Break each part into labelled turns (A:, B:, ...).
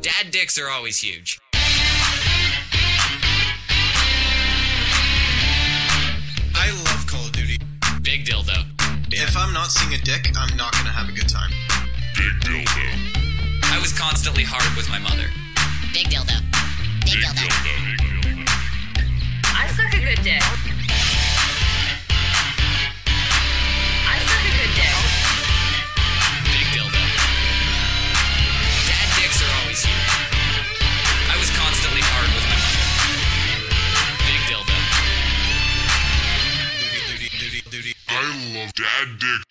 A: Dad dicks are always huge.
B: I love Call of Duty.
A: Big dildo.
B: If I'm not seeing a dick, I'm not gonna have a good time.
C: Big dildo.
A: I was constantly hard with my mother.
D: Big dildo. Big
C: Big
D: dildo.
C: dildo.
E: I suck a good dick. I suck a good dick.
A: Big dildo. Dad dicks are always huge. I was constantly hard with my mother. Big dildo.
B: Duty, duty, duty, duty.
C: I love dad dick.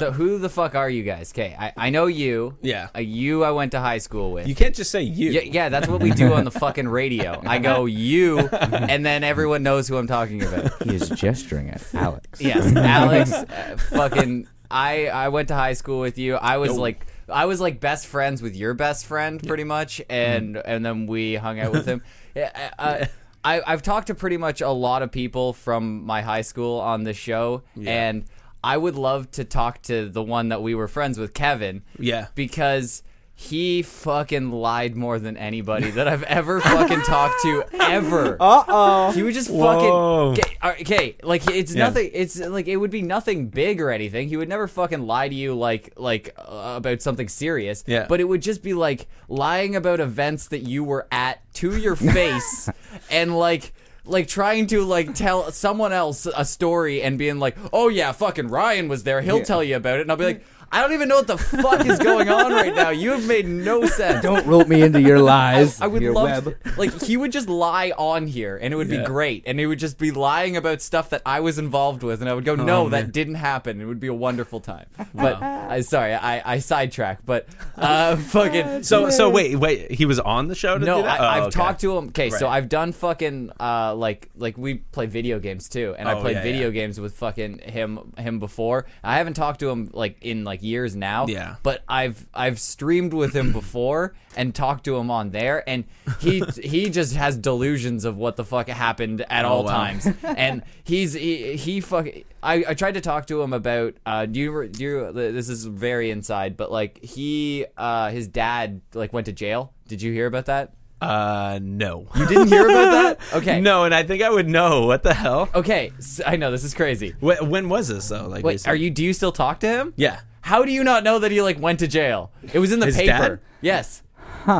F: So who the fuck are you guys? Okay, I, I know you.
G: Yeah.
F: Uh, you I went to high school with.
G: You can't just say you.
F: yeah, yeah, that's what we do on the fucking radio. I go you, and then everyone knows who I'm talking about.
H: He is gesturing at Alex.
F: Yes, Alex, uh, fucking, I I went to high school with you. I was like. I was like best friends with your best friend, pretty much, and and then we hung out with him. Yeah, I, I- I, I've talked to pretty much a lot of people from my high school on this show, and I would love to talk to the one that we were friends with, Kevin.
G: Yeah.
F: because he fucking lied more than anybody that I've ever fucking talked to ever.
G: Uh oh.
F: He would just
G: Whoa.
F: fucking okay, okay. Like it's
G: Yeah.
F: nothing. It's like it would be nothing big or anything. He would never fucking lie to you like like uh, about something serious.
G: Yeah.
F: But it would just be like lying about events that you were at to your face, and like like trying to like tell someone else a story and being like, oh yeah, fucking Ryan was there. He'll tell you about it. And I'll be like. I don't even know what the fuck is going on right now. You have made no sense.
H: Don't rope me into your lies.
F: I would
H: your
F: love,
H: web.
F: like, he would just lie on here, and it would
G: Yeah.
F: be great, and he would just be lying about stuff that I was involved with, and I would
H: Oh,
F: go, "No, that didn't happen." It would be a wonderful time. But I, sorry, I I sidetrack, but uh, fucking.
G: So so wait wait he was on the show to
F: No,
G: do that?
F: I,
G: Oh,
F: I've
G: okay.
F: talked to him. Okay, so
G: Right.
F: I've done fucking uh, like like we play video games too, and I
G: Oh,
F: played
G: yeah,
F: video
G: yeah.
F: games with fucking him him before. I haven't talked to him like in like years now.
G: Yeah.
F: but I've I've streamed with him before and talked to him on there, and he he just has delusions of what the fuck happened at all
G: wow.
F: times, and he's he, he fuck. I, I tried to talk to him about uh, do you re- do you, this is very inside, but like he uh, his dad like went to jail. Did you hear about that?
G: Uh no.
F: You didn't hear about that? Okay.
G: No, and I think I would know. What the hell?
F: Okay. s I I know this is crazy.
G: Wh- when was this though? Like
F: Wait,
G: recent-
F: are you? Do you still talk to him?
G: Yeah.
F: How do you not know that he like went to jail? It was in the
G: His
F: paper.
G: dad?
F: Yes.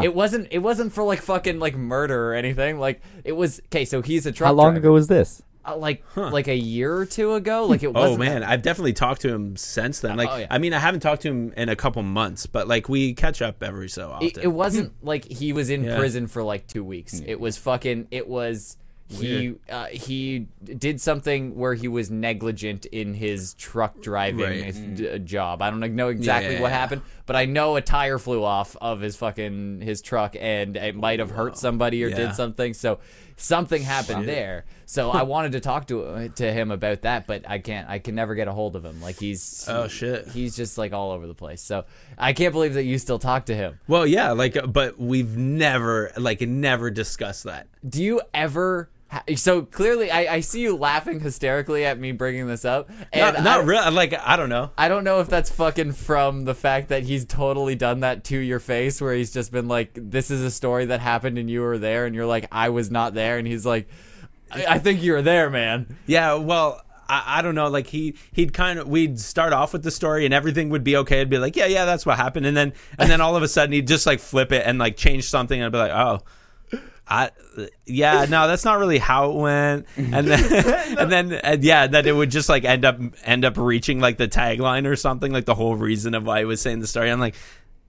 F: It wasn't. It wasn't for like fucking like murder or anything. Like it was. Okay, so he's a truck.
H: How long
F: driver.
H: ago was this?
F: Uh, like like a year or two ago. Like it
G: Oh
F: wasn't.
G: man, I've definitely talked to him since then. Like
F: oh, yeah.
G: I mean, I haven't talked to him in a couple months, but like we catch up every so often.
F: It, it wasn't like he was in
G: Yeah. Mm.
F: prison for like two weeks. It was fucking. It was he. Uh, he did something where he was negligent in his truck driving
G: Right. Mm.
F: his d- job. I don't know exactly what
G: Yeah.
F: happened, but I know a tire flew off of his fucking his truck, and it might have hurt somebody or
G: Yeah.
F: did something. So something happened there. So I wanted to talk to uh, to him about that, but I can't. I can never get a hold of him. Like he's
G: Oh, shit.
F: He's just like all over the place. So I can't believe that you still talk to him.
G: well, yeah, like uh, but we've never like never discussed that.
F: do you ever ha- so clearly I, I see you laughing hysterically at me bringing this up and
G: not not
F: I,
G: real. Like I don't know.
F: I don't know if that's fucking from the fact that he's totally done that to your face where he's just been like this is a story that happened and you were there and you're like I was not there and he's like I, I think you were there man
G: Yeah, well, I, I don't know. Like he he'd kind of we'd start off with the story and everything would be okay. I'd be like, yeah, yeah, that's what happened, and then and then all of a sudden he'd just like flip it and like change something, and I'd be like, oh. I, yeah, no, that's not really how it went, and then, and then, and yeah, that it would just like end up, end up reaching like the tagline or something, like the whole reason of why I was saying the story. I'm like,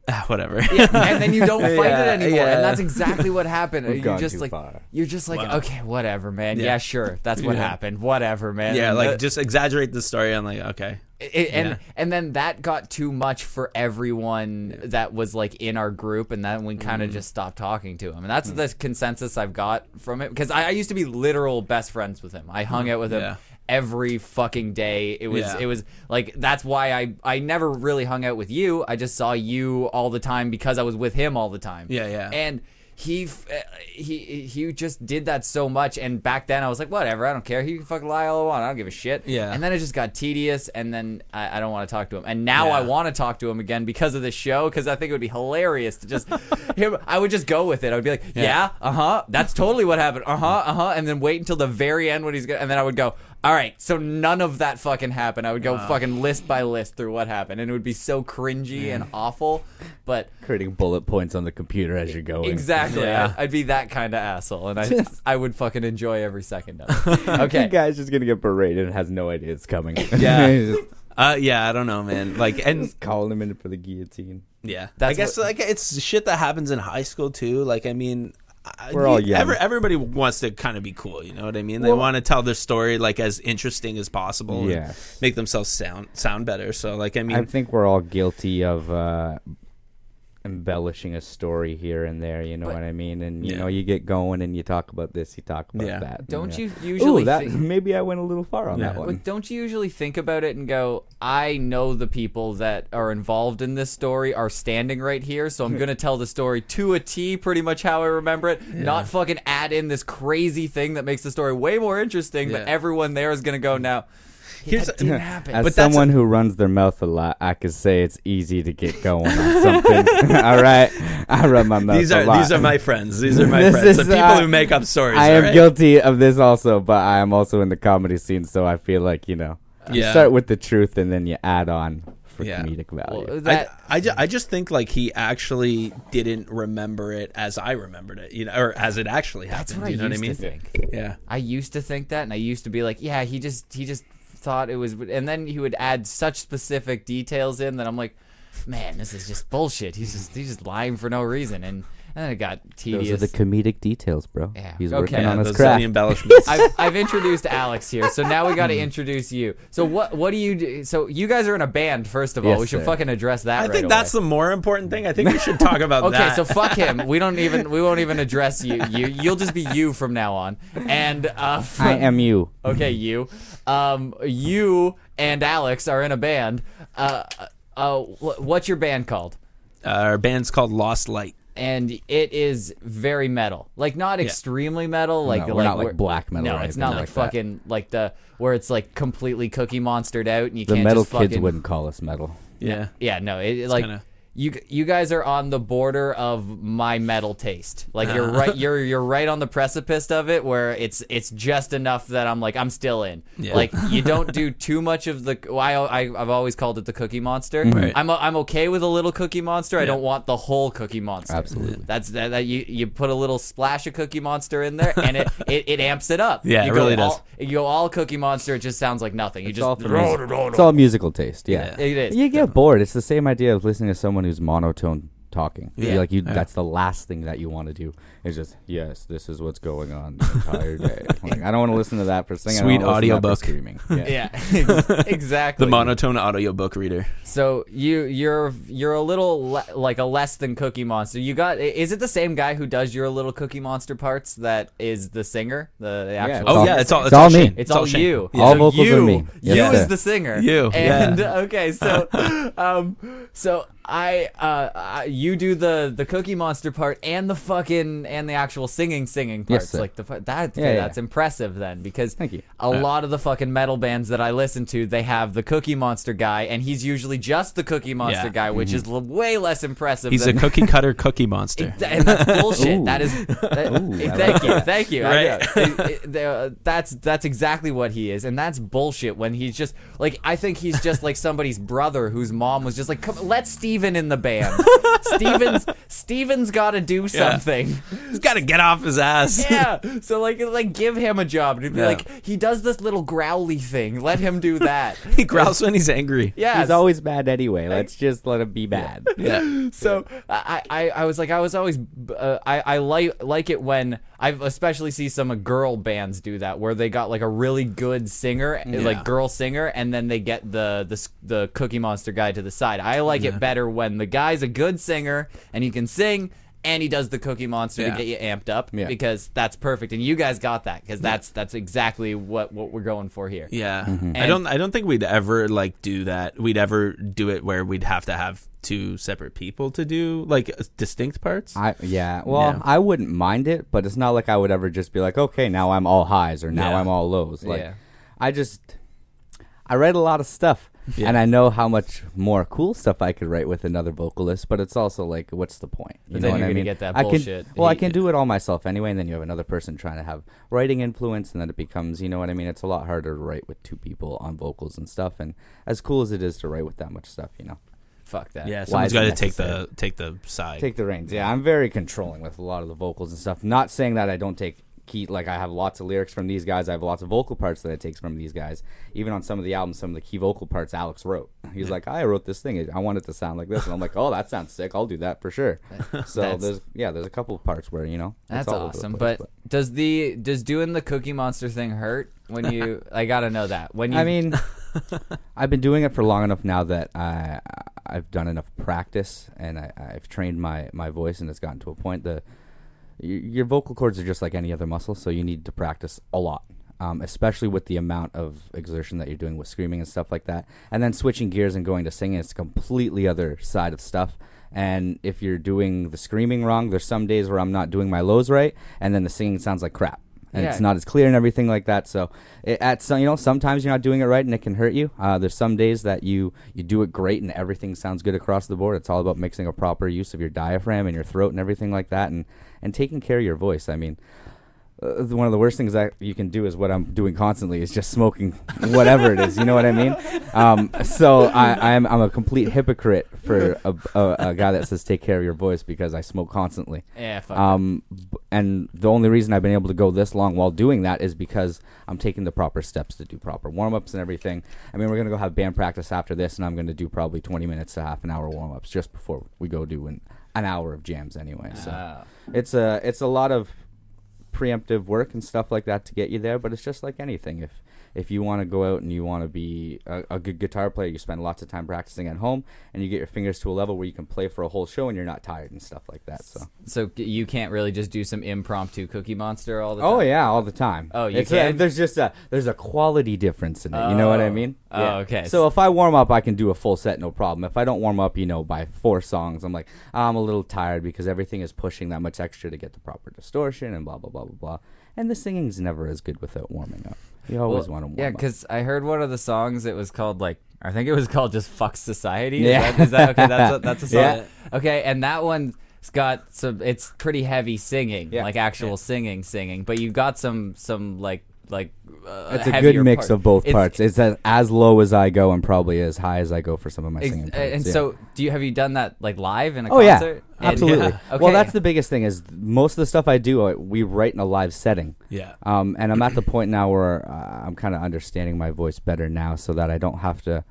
G: ah, whatever.
F: and then you don't fight it
G: Yeah,
F: anymore
G: yeah.
F: and that's exactly what happened
H: We've
F: you
H: gone
F: just
H: too
F: like
H: far.
F: you're just like okay whatever man yeah,
G: Yeah.
F: sure that's what happened whatever man
G: yeah,
F: And
G: like
F: the-
G: just exaggerate the story. I'm like, okay,
F: it, and
G: Yeah.
F: and then that got too much for everyone that was like in our group, and then we kind of
G: Mm-hmm.
F: just stopped talking to him. And
G: Hmm.
F: that's the consensus I've got from it because I, I used to be literal best friends with him. I hung out with him.
G: Hmm. Yeah.
F: Every fucking day, it was
G: Yeah.
F: it was like that's why I I never really hung out with you. I just saw you all the time because I was with him all the time.
G: Yeah, yeah.
F: And he f- uh, he he just did that so much and back then i was like whatever i don't care he can fucking lie all he wants i don't give a shit
G: Yeah.
F: and then it just got tedious and then i, I don't want to talk to him and now i
G: Yeah.
F: want to talk to him again because of the show because i think it would be hilarious to just him i would just go with it i would be like yeah, uh-huh that's totally what happened uh-huh uh-huh and then wait until the very end when he's gonna and then i would go all right so none of that fucking happened i would go fucking list by list through what happened and it would be so cringy and awful but
H: creating bullet points on the computer as you're going.
F: Exactly.
G: Yeah.
F: I- I'd be that kind of asshole, and I I would fucking enjoy every second of it.
H: Okay.
F: Okay.
H: guy's just gonna get berated and has no idea it's coming.
G: Yeah.
H: He's just
G: Uh, yeah, I don't know, man. Like, and
H: calling him in for the guillotine.
G: yeah, I
F: That's
G: guess
F: what-
G: like it's shit that happens in high school too. Like, I mean, I-
H: We're all
G: you-
H: young.
G: every- everybody wants to kind of be cool. You know what I mean? They want to tell their story like as interesting as possible.
H: Yeah.
G: and make themselves sound sound better. So, like, I mean,
H: I think we're all guilty of uh, embellishing a story here and there. You know what I mean? And you
G: Yeah.
H: know, you get going and you talk about this, you talk about
G: Yeah.
H: that.
F: Don't
H: yeah.
F: you usually
H: Ooh, that
F: think-
H: maybe I went a little far on that
G: Yeah.
H: one.
F: But don't you usually think about it and go, I know the people that are involved in this story are standing right here, so
G: Hmm.
F: I'm going to tell the story to a T, pretty much how I remember it, not fucking add in this crazy thing that makes the story way more interesting, but
G: Yeah.
F: everyone there is going to go now.
G: here's
F: That didn't happen.
H: As
G: But that's a-
H: someone who runs their mouth a lot, I could say it's easy to get going on something. all right, I run my mouth.
G: these
H: a
G: are
H: lot.
G: these are my friends. These are my
H: This
G: friends. the
H: is,
G: people
H: uh,
G: who make up stories.
H: I
G: all
H: am
G: right?
H: guilty of this also, but I am also in the comedy scene, so I feel like you know, you
G: Yeah.
H: start with the truth and then you add on for
G: Yeah.
H: comedic value.
F: Well,
G: Oh, I,
F: that,
G: I, ju- I just think like he actually didn't remember it as I remembered it, you know, or as it actually happened.
F: that's what I
G: you know
F: used
G: what I mean?
F: to think.
G: Yeah.
F: I used to think that, and I used to be like, yeah, he just he just thought it was, and then he would add such specific details in that I'm like, man, this is just bullshit. He's just he's just lying for no reason, and, and then it got
H: Those
F: tedious.
H: are the comedic details, bro.
F: Yeah.
H: He's
F: Okay.
H: working
G: Yeah,
H: on his
G: those are
H: craft.
G: the embellishments.
F: I've, I've introduced Alex here, so now we got
H: Mm-hmm.
F: to introduce you. So what what do you do? So you guys are in a band, first of all.
H: Yes,
F: we should
H: sir.
F: fucking address that.
G: I
F: right
G: think that's
F: away.
G: the more important thing. I think we should talk about
F: Okay,
G: that.
F: so fuck him. We don't even we won't even address you. You you'll just be you from now on. And uh, from,
H: I am you.
F: okay, you, um, you and Alex are in a band. Uh, uh, wh- what's your band called?
G: Uh, our band's called Lost Light.
F: And it is very metal, like not extremely metal, like
H: we're
F: like,
H: not like black metal
F: No,
H: or
F: it's
H: anything
F: not like,
H: like that.
F: fucking like the where it's like completely Cookie Monstered out, and you
H: The
F: can't
H: metal
F: just fucking,
H: kids wouldn't call us metal.
G: Yeah.
F: Yeah, no, it, it, like
G: kinda-
F: you you guys are on the border of my metal taste. Like you're
G: Uh-huh.
F: right you're you're right on the precipice of it where it's it's just enough that I'm like I'm still in.
G: Yeah.
F: Like you don't do too much of the well, I, I have always called it the cookie monster. I'm o- I'm okay with a little cookie monster. I don't want the whole cookie monster.
H: Absolutely.
F: That's that, that you you put a little splash of cookie monster in there and it it, it amps it up.
G: Yeah,
F: you
G: it
F: go
G: really does.
F: all, You go all cookie monster it just sounds like nothing. You
H: It's
F: just
H: all, for music- it's all musical taste. Yeah.
F: it is.
H: You get bored. It's the same idea of listening to someone who's monotone talking.
G: Yeah.
H: You're like you,
G: Yeah.
H: that's the last thing that you want to do. It's just yes, this is what's going on the entire day. Like, I don't want to listen to that for singing. I
G: Sweet
H: don't wanna listen to that
G: audiobook.
H: for streaming. Yeah.
F: Yeah, ex- exactly.
G: The monotone audiobook reader.
F: So you you're you're a little le- like a less than Cookie Monster. You got i- is it the same guy who does your little Cookie Monster parts that is the singer, the, the actual?
H: It's
G: Oh,
H: all-
G: yeah. It's all,
H: it's
G: it's
H: all me.
G: Shane.
H: It's
F: It's, all
G: Shane.
F: you.
H: Yeah. All
F: So
H: vocals
F: you,
H: are me. Yes,
F: you
H: sir.
F: is the singer.
G: You,
F: And
G: yeah.
F: okay, so um so I uh I, you do the the Cookie Monster part and the fucking and the actual singing singing
H: Yes,
F: parts
H: sir.
F: like the part- that
H: Yeah, yeah.
F: that's impressive then because
H: Thank you.
F: a lot of the fucking metal bands that I listen to they have the Cookie Monster guy and he's usually just the Cookie Monster
G: Yeah.
F: guy which
H: Mm-hmm.
F: is l- way less impressive
G: He's a
F: than
G: cookie cutter cookie monster.
F: Th- and that's bullshit.
H: Ooh.
F: That is. that-
H: Ooh, I
F: thank
H: like
F: you, thank you. I
G: Right.
F: know. It- it- the- uh, that's that's exactly what he is, and that's bullshit. When he's just like, I think he's just like somebody's brother whose mom was just like, Come, let Steven in the band. Steven's Steven's got to do something.
G: He's got to get off his ass.
F: Yeah. So like like give him a job and he'd be
G: Yeah.
F: like, he does this little growly thing. Let him do that.
G: he growls when he's angry.
F: Yeah.
H: He's always bad anyway. Let's just let him be bad.
G: Yeah.
F: So I, I, I was like, I was always, uh, I, I like like it when I especially see some uh, girl bands do that, where they got like a really good singer, uh, like girl singer, and then they get the the s- the Cookie Monster guy to the side. I like it better when the guy's a good singer and he can sing. and he does the Cookie Monster
G: Yeah.
F: to get you amped up
H: Yeah.
F: because that's perfect. And you guys got that because that's that's exactly what what we're going for here.
G: Yeah,
H: Mm-hmm.
G: I don't. I don't think we'd ever like do that. We'd ever do it where we'd have to have two separate people to do like distinct parts.
H: I yeah. Well,
G: Yeah.
H: I wouldn't mind it, but it's not like I would ever just be like, okay, now I'm all highs or now
G: Yeah.
H: I'm all lows. Like,
F: Yeah.
H: I just I write a lot of stuff, and I know how much more cool stuff I could write with another vocalist. But it's also like, what's the point?
F: But
H: You know
F: then
H: what
F: you're
H: I
F: gonna
H: mean?
F: get that
H: I can-
F: bullshit.
H: well, I can do it all myself anyway, and then you have another person trying to have writing influence, and then it becomes, you know what I mean? It's a lot harder to write with two people on vocals and stuff. And as cool as it is to write with that much stuff, you know,
F: Fuck that.
G: yeah,
H: Why
G: someone's
H: is
G: got to
H: it
G: take the
H: necessary?
G: take the side.
H: take the reins. Yeah, I'm very controlling with a lot of the vocals and stuff. Not saying that I don't take key like I have lots of lyrics from these guys. I have lots of vocal parts that I takes from these guys. Even on some of the albums, some of the key vocal parts Alex wrote. He's like, I wrote this thing. I want it to sound like this, and I'm like, oh, that sounds sick. I'll do that for sure. So
F: That's-
H: there's yeah, there's a couple of parts where you know
F: That's
H: it's all over the
F: awesome.
H: place,
F: but, does the does doing the Cookie Monster thing hurt when you? I gotta know that. When you,
H: I mean, I've been doing it for long enough now that I I've done enough practice and I, I've trained my my voice and it's gotten to a point that y- your vocal cords are just like any other muscle, so you need to practice a lot. Um, especially with the amount of exertion that you're doing with screaming and stuff like that, and then switching gears and going to singing, it's a completely other side of stuff. And if you're doing the screaming wrong, there's some days where I'm not doing my lows right, and then the singing sounds like crap, and it's
F: Yeah.
H: not not as clear and everything like that. So it, at some, you know, sometimes you're not doing it right and it can hurt you. Uh, there's some days that you you do it great and everything sounds good across the board. It's all about mixing a proper use of your diaphragm and your throat and everything like that, and and taking care of your voice. I mean. uh, One of the worst things that you can do is what I'm doing constantly is just smoking whatever it is. You know what I mean? Um, so I, I'm, I'm a complete hypocrite for a, a, a guy that says take care of your voice because I smoke constantly.
F: yeah, eh, fuck
H: Um, b- and the only reason I've been able to go this long while doing that is because I'm taking the proper steps to do proper warm ups and everything. I mean, we're gonna go have band practice after this, and I'm gonna do probably 20 minutes to half an hour warm ups just before we go do an, an hour of jams anyway. So
F: Wow.
H: it's a it's a lot of preemptive work and stuff like that to get you there. But it's just like anything. If if you want to go out and you want to be a, a good guitar player, you spend lots of time practicing at home, and you get your fingers to a level where you can play for a whole show and you're not tired and stuff like that. So.
F: so c- you can't really just do some impromptu Cookie Monster all the time.
H: Oh yeah, all the time.
F: Oh, you
H: it's a-
F: can?
H: there's just a there's a quality difference in it. You know what I
F: Oh.
H: mean?
F: Oh, okay.
H: So if I warm up, I can do a full set, no problem. If I don't warm up, you know, by four songs, I'm like I'm a little tired because everything is pushing that much extra to get the proper distortion and blah blah blah blah blah. And the singing's never as good without warming up. You always want to warm
F: yeah,
H: up.
F: because I heard one of the songs. It was called like I think it was called just "Fuck Society."
H: Yeah.
F: is that, is that okay? That's a, that's a song.
H: Yeah.
F: Okay, and that one's got some. It's pretty heavy singing,
H: Yeah.
F: like actual singing, singing. But you've got some some like like. Uh,
H: it's a
F: heavier
H: good mix
F: part.
H: of both
F: It's-
H: parts. It's as, as low as I go and probably as high as I go for some of my
F: Ex- uh,
H: singing parts.
F: and
H: yeah.
F: so, do you have you done that like live in a
H: Oh yeah,
F: concert? And-
H: absolutely.
F: Yeah.
H: Well,
F: Okay.
H: that's the biggest thing is most of the stuff I do uh, we write in a live setting.
G: Yeah.
H: Um, and I'm at the point now where uh, I'm kind of understanding my voice better now, so that I don't have to.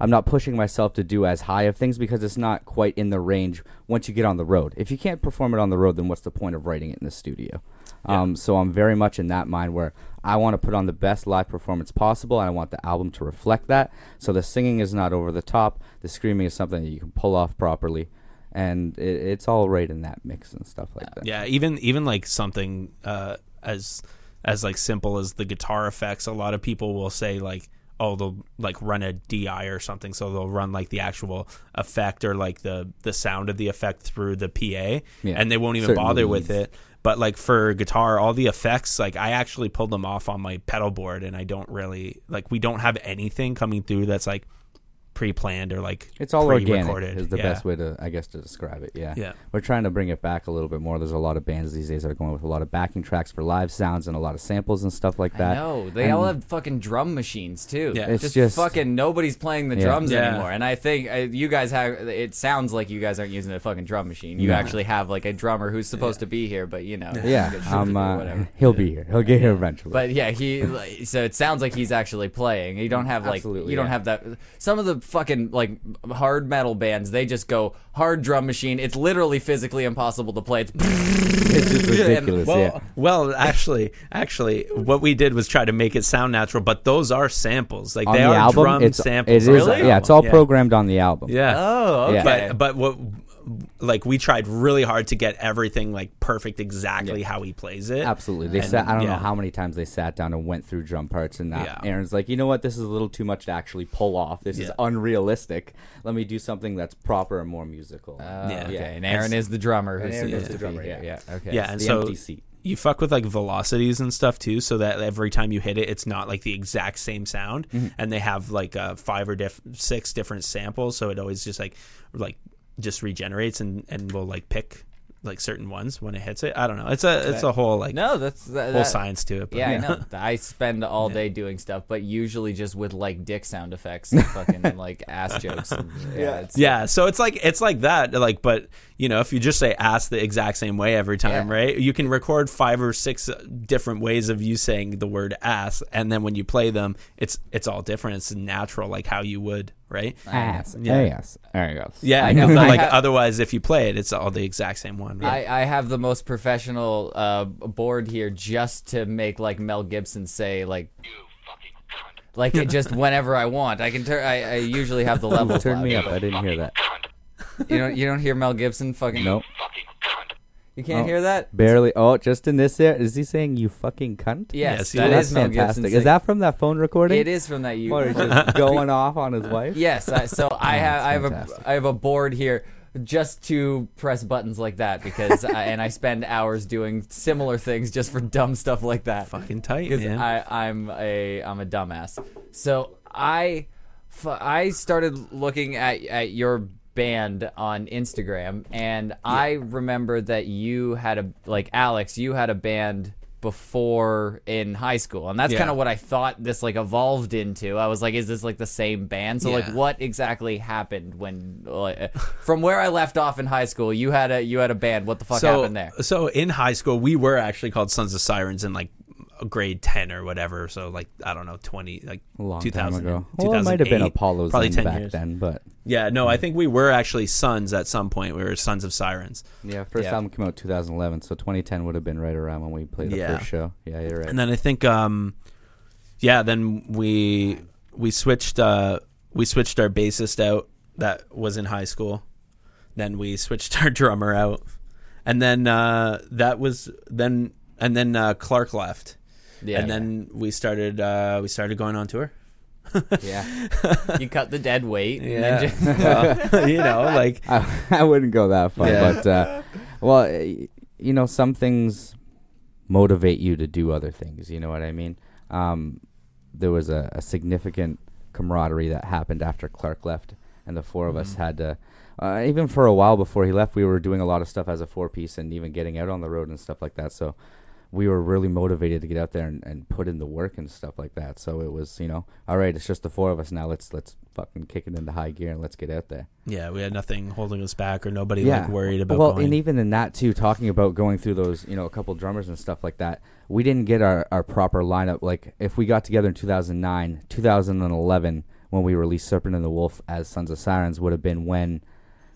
H: I'm not pushing myself to do as high of things because it's not quite in the range once you get on the road. If you can't perform it on the road, then what's the point of writing it in the studio? Um, so I'm very much in that mind where I want to put on the best live performance possible, and I want the album to reflect that. So the singing is not over the top, the screaming is something that you can pull off properly, and it, it's all right in that mix and stuff like that.
G: yeah even even like something uh as as like simple as the guitar effects a lot of people will say like oh they'll like run a di or something so they'll run like the actual effect or like the the sound of the effect through the pa
H: Yeah.
G: and they won't even
H: Certain
G: bother
H: leads.
G: with it but like for guitar all the effects like i actually pulled them off on my pedal board and i don't really like we don't have anything coming through that's like pre-planned or like
H: It's all organic
G: pre-recorded.
H: is the
G: Yeah.
H: best way to I guess to describe it. Yeah.
G: Yeah.
H: We're trying to bring it back a little bit more. There's a lot of bands these days that are going with a lot of backing tracks for live sounds and a lot of samples and stuff like that.
F: No, they
H: And-
F: all have fucking drum machines too.
G: Yeah.
H: It's
F: just,
H: just-
F: fucking nobody's playing the
H: Yeah.
F: drums
G: Yeah.
F: anymore. And I think uh, you guys have. It sounds like you guys aren't using a fucking drum machine. You
H: No.
F: actually have like a drummer who's supposed to be here, but you know,
H: Yeah.
F: get shifted
H: Um,
F: or
H: uh,
F: whatever.
H: he'll be here. He'll get here eventually.
F: But yeah, he. like, So it sounds like he's actually playing. You don't have like
H: Absolutely,
F: you don't
H: yeah.
F: have that. Some of the fucking like hard metal bands, they just go hard drum machine. It's literally physically impossible to play. It's
H: it's just ridiculous.
G: Well,
H: yeah.
G: well, actually, actually, what we did was try to make it sound natural, but those are samples. Like
H: On
G: they
H: the
G: are
H: album,
G: drum
H: it's
G: samples.
H: it is
G: on the
H: yeah, it's all
G: album.
H: programmed on the album.
G: Yeah.
F: oh, okay.
H: Yeah.
G: But but what like we tried really hard to get everything like perfect exactly how he plays it.
H: Absolutely. They
G: And-
H: sat. I don't
G: yeah.
H: know how many times they sat down and went through drum parts, and that.
G: Yeah.
H: Aaron's like, you know what? This is a little too much to actually pull off. This is
G: Yeah.
H: unrealistic. Let me do something that's proper and more musical.
F: yeah.
G: Yeah.
F: Okay. And Aaron is the drummer. Who's
H: Aaron is
F: supposed
H: the
F: to
H: drummer,
F: be here.
H: yeah.
F: Yeah. Okay.
G: Yeah, and
H: the
G: so
H: empty seat.
G: you fuck with like velocities and stuff too, so that every time you hit it, it's not like the exact same sound.
F: Mm-hmm.
G: And they have like uh, five or diff- six different samples, so it always just like like just regenerates and and will like pick like certain ones when it hits it. I don't know. It's a it's a whole like
F: No, that's that,
G: whole
F: that-
G: science to it. but-
F: Yeah, I know. I spend all day doing stuff, but usually just with like dick sound effects, and fucking like ass jokes. and- yeah, it's-
G: Yeah, so it's like it's like that. Like, but you know, if you just say ass the exact same way every time,
F: Yeah.
G: right? You can record five or six uh, different ways of you saying the word ass, and then when you play them, it's it's all different. It's natural, like how you would, right?
H: Ass.
G: Yeah.
H: Ass. There you go.
G: Yeah,
F: I know.
G: but,
F: I
G: like
F: have-
G: otherwise, if you play it, it's all the exact same one. Right?
F: I, I have the most professional uh, board here just to make like Mel Gibson say like, like it just whenever I want. I can turn. I, I usually have the level.
H: Turn me up. I didn't hear that.
F: You don't. You don't hear Mel Gibson fucking.
H: Nope.
F: You can't
H: Oh.
F: hear that.
H: Barely. Oh, just in this here. Is he saying you fucking cunt?
F: Yes,
G: Yes, he
F: that
H: Well,
G: is.
F: is
H: that's
F: Mel Gibson.
H: fantastic. Is that from that phone recording?
F: saying- It is from that. You.
H: Or just going off on his wife?
F: Yes, I, so I have I have
H: fantastic.
F: a I have a board here just to press buttons like that because I, and I spend hours doing similar things just for dumb stuff like that.
G: Fucking tight,
F: because
G: man.
F: I I'm a I'm a dumbass. So I f- I started looking at at your band on Instagram and I remember that you had a like Alex, you had a band before in high school and that's
G: Yeah.
F: kind of what I thought this like evolved into. I was like is this like the same band? So like
G: Yeah.
F: what exactly happened when like, uh, from where I left off in high school, you had a you had a band. What the fuck
G: so,
F: happened there?
G: So in high school, we were actually called Sons of Sirens in like grade 10 or whatever. So like, I don't know, 20, like
H: A long
G: 2000,
H: time ago. Well, it might have been
G: 2008,
H: Apollo's
G: probably
H: Inn
G: 10
H: back
G: years.
H: then, but
G: Yeah, no, I think we were actually sons at some point. We were sons of sirens.
H: yeah, first
F: Yeah.
H: album came out 2011, so 2010 would have been right around when we played the
G: Yeah.
H: first show. Yeah, you're right.
G: And then I think um yeah, then we we switched uh we switched our bassist out that was in high school. Then we switched our drummer out. And then uh that was then and then uh Clark left.
F: Yeah.
G: And then we started uh we started going on tour.
F: yeah. you cut the dead weight. and then just-
G: Well, you know, like
H: I, I wouldn't go that far, but uh, well, y- you know, some things motivate you to do other things. You know what I mean? Um, there was a, a significant camaraderie that happened after Clark left, and the four of us had to. Uh, even for a while before he left, we were doing a lot of stuff as a four piece and even getting out on the road and stuff like that. So we were really motivated to get out there and, and put in the work and stuff like that. So it was, you know, all right, it's just the four of us now. Let's let's fucking kick it into high gear and let's get out there
G: yeah, we had nothing holding us back or nobody like worried about
H: well
G: going.
H: and even in that too talking about going through those you know a couple drummers and stuff like that we didn't get our, our proper lineup like if we got together in 2009 2011 when we released serpent and the wolf as sons of sirens would have been when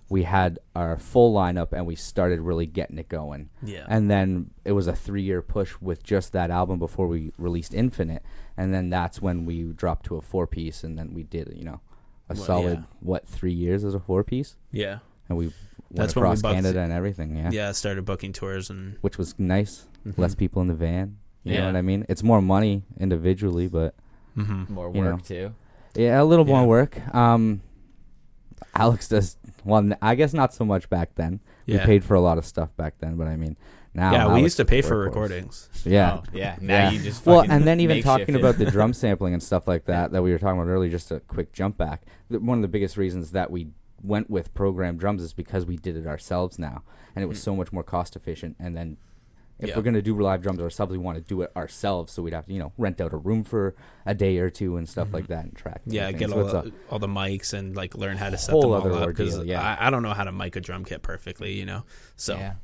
H: we had our full lineup and we started really getting it going
G: Yeah.
H: and then it was a three year push with just that album before we released infinite and then that's when we dropped to a four piece and then we did you know a solid
G: yeah.
H: what three years as a four piece
G: yeah.
H: and we went
G: That's when we
H: across
G: bucked
H: Canada
G: it.
H: and everything. Yeah.
G: Yeah, started booking tours and
H: which was nice. Less people in the van. You know
G: Yeah.
H: what I mean? It's more money individually, but
F: more
H: You know.
F: work too.
H: yeah, a little
G: Yeah.
H: more work. Um, Alex does well. n- I guess not so much back then. We
G: Yeah.
H: paid for a lot of stuff back then, but I mean now.
G: yeah, we
H: Alex
G: used to pay
H: does
G: for
H: work us.
G: recordings.
H: Yeah.
G: Oh,
F: Yeah.
H: Yeah. well, and then even talking about the drum sampling and stuff like that that we were talking about earlier. Just a quick jump back. th- One of the biggest reasons that we went with programmed drums is because we did it ourselves now, and it was so much more cost efficient. And then if
G: Hmm. Yeah.
H: we're gonna do live drums ourselves, we want to do it ourselves. So we'd have to you know rent out a room for a day or two and stuff like that and track. and
G: Mm-hmm. Yeah, get
H: everything.
G: uh,
H: So
G: all
H: it's
G: the, all the mics and like learn how to set
H: Whole
G: them
H: other
G: all up because
H: ordeal, yeah.
G: I, I don't know how to mic a drum kit perfectly, you know. So
F: Yeah.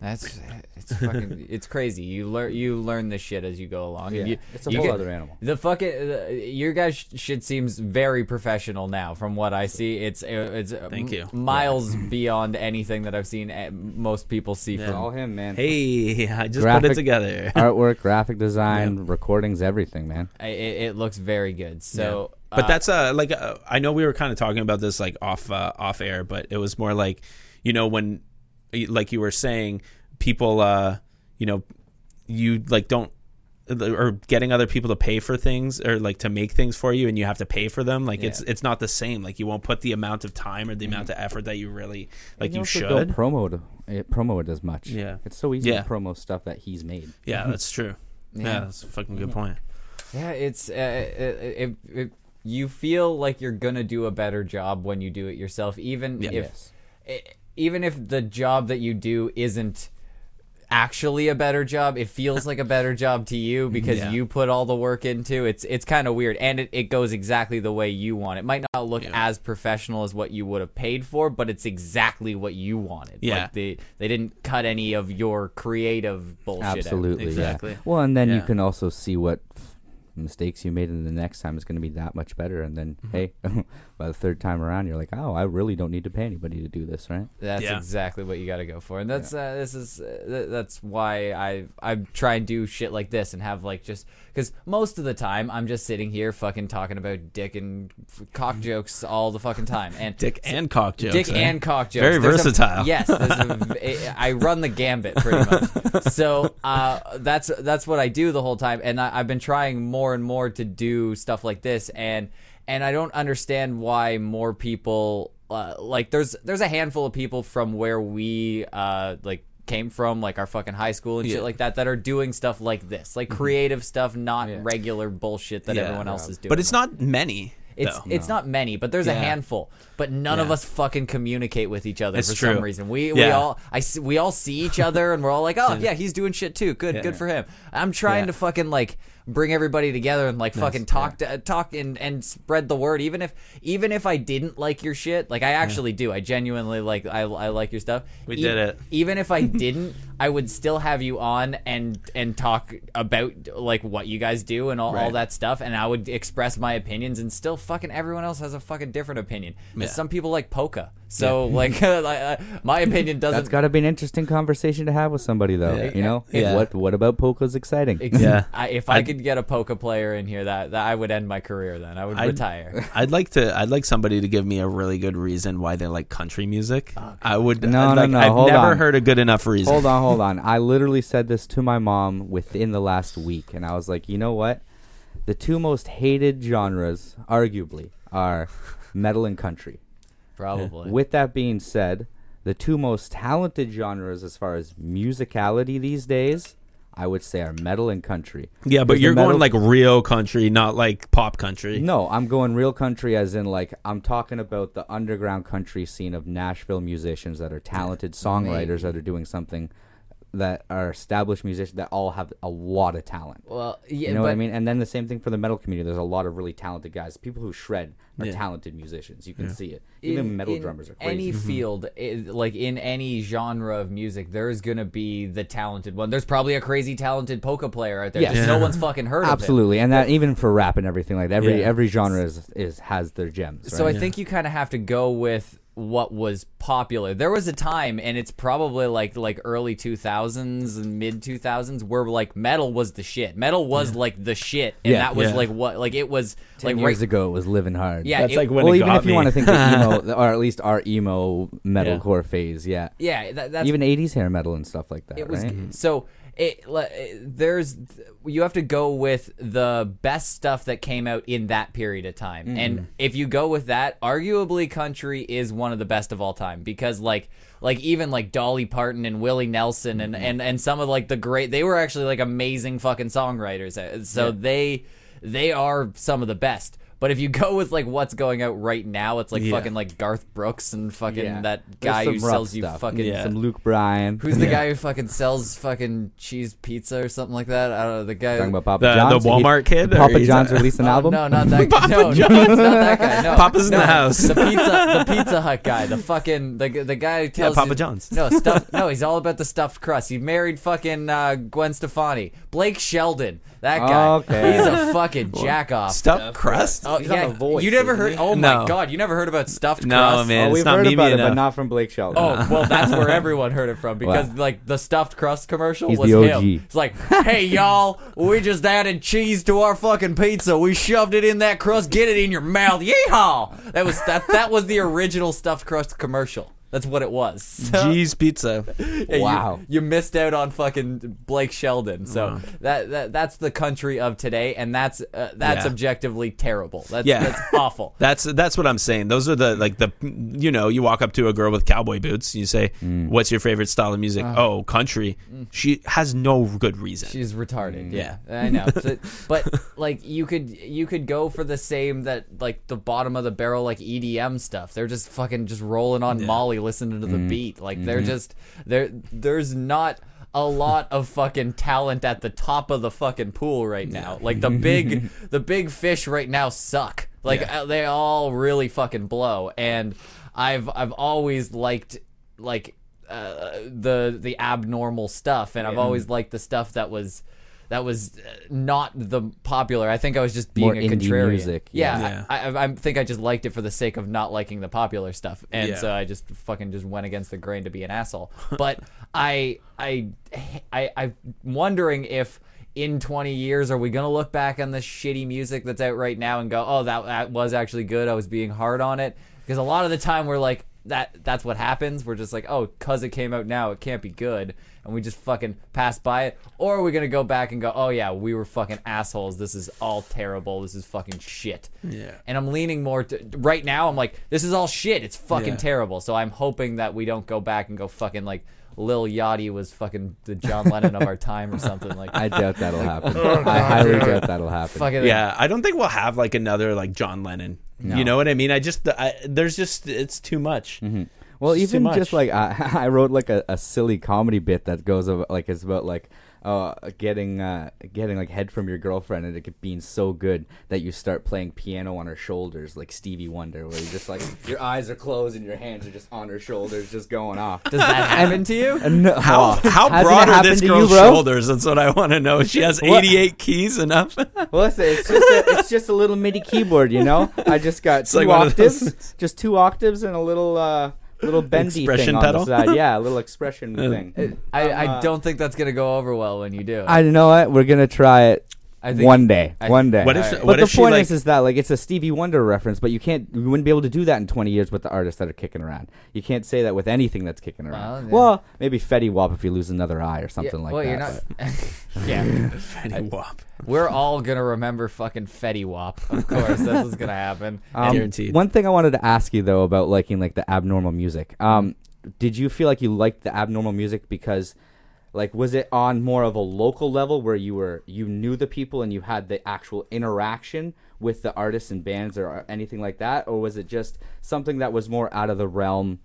F: That's it's fucking it's crazy. You learn you learn this shit as you go along.
H: Yeah,
F: You-
H: it's a
F: you
H: whole other animal.
F: The fucking uh, your guys sh- shit seems very professional now. From what I see, it's uh, it's uh,
G: Thank you.
F: miles beyond anything that I've seen uh, most people see
H: it's all
F: from.
H: him, man.
G: hey, I just put
H: Graphic-
G: it together.
H: Artwork, graphic design, recordings, everything, man.
F: I- It, it looks very good. So,
G: but
F: uh,
G: that's uh like uh, I know we were kind of talking about this like off uh, off air, but it was more like you know when like you were saying people uh you know you like don't or getting other people to pay for things or like to make things for you and you have to pay for them like it's
F: Yeah.
G: it's not the same like you won't put the amount of time or the amount of effort that you really like
H: They
G: you
H: also
G: should
H: Don't promote it, promote it as much.
G: Yeah.
H: it's so easy
G: Yeah.
H: to promo stuff that he's made.
G: yeah that's true Mm-hmm. yeah. Mm-hmm. that's a fucking good point
F: Yeah, it's uh, it, it, it, you feel like you're gonna do a better job when you do it yourself, even if
H: Yes.
F: e- even if the job that you do isn't actually a better job it feels like a better job to you because
G: Yeah.
F: you put all the work into it's it's kind of weird and it, it goes exactly the way you want it might not look as professional as what you would have paid for but it's exactly what you wanted
G: Yeah.
F: like they they didn't cut any of your creative bullshit out.
H: Absolutely.
G: Exactly.
H: Yeah. Well, and then you
G: Yeah.
H: can also see what f- mistakes you made, and the next time is going to be that much better. And then,
G: Mm-hmm.
H: hey, by the third time around, you're like, oh, I really don't need to pay anybody to do this, right?
F: That's
G: Yeah.
F: exactly what you got to go for, and that's uh, this is uh, th- that's why I I try and do shit like this and have like just because most of the time I'm just sitting here fucking talking about dick and f- cock jokes all the fucking time, and
G: dick and cock jokes
F: dick
G: eh?
F: and cock jokes
G: Very
F: There's a-
G: versatile.
F: yes, there's a v- I run the gambit pretty much. So uh, that's that's what I do the whole time, and I, I've been trying more and more to do stuff like this, and and I don't understand why more people uh, like there's there's a handful of people from where we uh, like came from like our fucking high school and shit like that that are doing stuff like this like creative stuff not regular bullshit that
G: Mm-hmm. Yeah.
F: everyone else is doing
G: but it's not many
F: it's
G: though.
F: it's not many, but there's a
G: Yeah.
F: handful. But none of
G: Yeah.
F: us fucking communicate with each other
G: It's
F: for
G: true.
F: some reason. We we
G: Yeah.
F: all I s- we all see each other and we're all like, oh yeah, he's doing shit too. Good good for him. I'm trying to
G: Yeah.
F: fucking like bring everybody together and like fucking talk to, talk and and spread the word. Even if even if I didn't like your shit, like I actually do. I genuinely like I I like your stuff. E
G: We did it.
F: Even if I didn't, I would still have you on and and talk about like what you guys do and all, all
G: Right.
F: that stuff and I would express my opinions and still fucking everyone else has a fucking different opinion. 'Cause
G: Yeah.
F: Some people like polka. So like, like, uh, my opinion
H: That's
F: doesn't
H: got to be an interesting conversation to have with somebody, though. You know,
G: Yeah.
H: what what about polka's exciting?
F: Ex-
G: Yeah.
F: I, if I
G: I'd-
F: could get a polka player in here, that, that I would end my career. Then I would
G: I'd-
F: retire.
G: I'd like to. I'd like somebody to give me a really good reason why they like country music.
F: Oh,
G: I would.
H: No,
G: I'd
H: no,
G: like-
H: no,
G: I've
H: hold
G: never
H: on.
G: heard a good enough reason.
H: hold on, hold on. I literally said this to my mom within the last week, and I was like, you know what? The two most hated genres, arguably, are metal and country.
F: Probably.
H: With that being said, the two most talented genres as far as musicality these days, I would say, are metal and country.
G: Yeah,
H: Because
G: but
H: the
G: you're
H: metal- Mm,
G: going like real country, not like pop country.
H: No, I'm going real country, as in like I'm talking about the underground country scene of Nashville musicians that are talented songwriters that are doing something that are established musicians that all have a lot of talent.
F: well, yeah,
H: you know what I
F: but-
H: mean? And then the same thing for the metal community. There's a lot of really talented guys. People who shred are
G: Yeah.
H: talented musicians. You can see it. Even metal drummers are crazy.
F: Any field, i- like in any genre of music, there's gonna be the talented one. There's probably a crazy talented polka player out there.
H: Yes.
F: just No
G: Yeah.
F: one's fucking heard of him.
H: Absolutely, and that even for rap and everything like that, every
G: Yeah.
H: every genre is, is has their gems. Right?
F: So I think you kind of have to go with what was popular. There was a time, and it's probably like like early two thousands and mid two thousands, where like metal was the shit. Metal was like the shit, and
H: Yeah.
F: that was
G: Yeah.
F: like what like it was like
H: Ten years
F: right-
H: ago, it was living hard.
F: Yeah,
G: That's
F: it-
G: like when
H: well,
G: it
H: even
G: got
H: if you
G: me.
H: want to think the emo, or at least our emo metalcore phase, yeah,
F: yeah. That, that's
H: even '80s hair metal and stuff like that.
F: it was
H: right?
F: so it le- it- there's you have to go with the best stuff that came out in that period of time
H: Mm-hmm.
F: and if you go with that arguably country is one of the best of all time because like like even like Dolly Parton and Willie Nelson
H: Mm-hmm.
F: and and and some of like the great they were actually like amazing fucking songwriters Uh, so they they are some of the best but if you go with like what's going out right now it's like
G: Yeah.
F: fucking like Garth Brooks and fucking
H: Yeah.
F: that
H: There's
F: guy
H: some
F: who
H: rough
F: sells you
H: stuff.
F: fucking
G: Yeah.
H: some Luke Bryan.
F: Who's the guy who fucking sells fucking cheese pizza or something like that? I don't know. The guy
H: talking about Papa
G: The- the
H: John's?
G: Walmart kid, or
H: Papa
G: he's
H: John's
G: a-
H: released an
F: Oh,
H: album.
F: No, not that guy. No, no, it's not that guy. No,
G: Papa's in
F: No,
G: the house.
F: The pizza, the Pizza Hut guy. The fucking the the guy who tells
G: Papa
F: you-
G: John's.
F: No stuff. No, he's all about the stuffed crust. He married fucking uh, Gwen Stefani. Blake Sheldon. That guy.
H: Okay.
F: He's a fucking jack off.
G: Stuffed crust.
F: Oh,
H: on
F: yeah.
H: The Voice,
F: you never
H: isn't
F: heard?
H: he?
F: Oh my
G: No.
F: god, you never heard about stuffed
G: No,
F: crust?
G: man.
H: Oh,
G: It's
H: we've
G: not
H: heard
G: meme
H: about it,
G: enough.
H: but not from Blake Shelton.
F: Oh well, that's where everyone heard it from because
H: Uh, Wow.
F: like the stuffed crust commercial
H: He's
F: was
H: the
F: him.
H: OG.
F: It's like, hey y'all, we just added cheese to our fucking pizza. We shoved it in that crust. Get it in your mouth, yeehaw! That was that. That was the original stuffed crust commercial. That's what it was. So,
G: G's Pizza.
F: yeah, you-
H: Wow.
F: you, missed out on fucking Blake Sheldon. So that, that that's the country of today, and that's uh, that's
G: Yeah.
F: objectively terrible. That's
G: Yeah.
F: that's awful.
G: That's that's what I'm saying. Those are the like the you know you walk up to a girl with cowboy boots and you say,
H: Mm.
G: "What's your favorite style of
H: Uh.
G: music?" oh, country. She has no good reason.
F: Mm. She's retarded.
G: Yeah.
F: I know. So- but like you could you could go for the same that like the bottom of the barrel like EDM stuff. They're just fucking just rolling on Molly listening to the beat. Like they're just there there's not a lot of fucking talent at the top of the fucking pool right now. Like the big the big fish right now suck. Like uh, they all really fucking blow and I've I've always liked like uh, the the abnormal stuff, and I've always liked the stuff that was that was uh, not the popular. I think I was just being
H: More
F: a
H: indie
F: contrarian.
H: music,
F: Yeah,
G: yeah.
F: I, I, I think I just liked it for the sake of not liking the popular stuff, and
G: Yeah.
F: so I just fucking just went against the grain to be an asshole. But I I I I'm wondering if. In 20 years, are we gonna look back on the shitty music that's out right now and go, "Oh, that, that was actually good. I was being hard on it"? Because a lot of the time, we're like, that that's what happens. We're just like, oh, cause it came out now, it can't be good, and we just fucking pass by it. Or are we gonna go back and go, oh yeah, we were fucking assholes. This is all terrible. This is fucking shit. Yeah. And I'm leaning more to right now. I'm like, this is all shit. It's fucking
G: Yeah.
F: terrible. So I'm hoping that we don't go back and go fucking like Lil Yachty was fucking the John Lennon of our time or something like.
H: I doubt that'll happen.
F: Oh,
H: I highly doubt that'll happen.
F: fucking
G: yeah, I don't think we'll have like another like John Lennon. You know what I mean? I just I, there's just it's too much.
H: Mm-hmm. Well,
G: It's too
H: even
G: much.
H: just like I, I wrote like a, a silly comedy bit that goes about, like it's about like uh, getting uh, getting like head from your girlfriend and it being so good that you start playing piano on her shoulders like Stevie Wonder, where you just like your eyes are closed and your hands are just on her shoulders, just going off.
F: Does that happen to you?
H: No,
G: How, how
H: hasn't it
G: broad are
H: happened
G: this
H: to you,
G: girl's
H: bro?
G: shoulders? That's what I want to know. She has 88 keys enough.
H: Well, listen, it's just a, it's just a little MIDI keyboard, you know. I just got two
G: like one of those-
H: octaves, just two octaves, and a little uh, little bendy
G: Expression
H: thing on
G: pedal? Uh,
H: the side. Yeah, a little expression thing.
F: I, I don't think that's gonna go over well when you do. it.
H: I you know what we're gonna try it
F: I think-
H: one day.
F: I-
H: one day.
G: What if-
H: But
G: what
H: the
G: if she,
H: point
G: like-
H: is, is that like it's a Stevie Wonder reference, but you can't, you wouldn't be able to do that in 20 years with the artists that are kicking around. You can't say that with anything that's kicking around.
F: Well,
H: Well,
F: yeah.
H: maybe Fetty Wap if you lose another eye or something like
F: well,
H: that.
F: you're
H: but-
F: not. yeah.
G: Fetty Wap.
F: We're all gonna remember fucking Fetty Wap, of course. That's what's gonna happen.
H: Um,
G: Guaranteed.
H: One thing I wanted to ask you though about liking like the abnormal music. Um, did you feel like you liked the abnormal music because, like, was it on more of a local level where you were you knew the people and you had the actual interaction with the artists and bands or anything like that, or was it just something that was more out of the realm?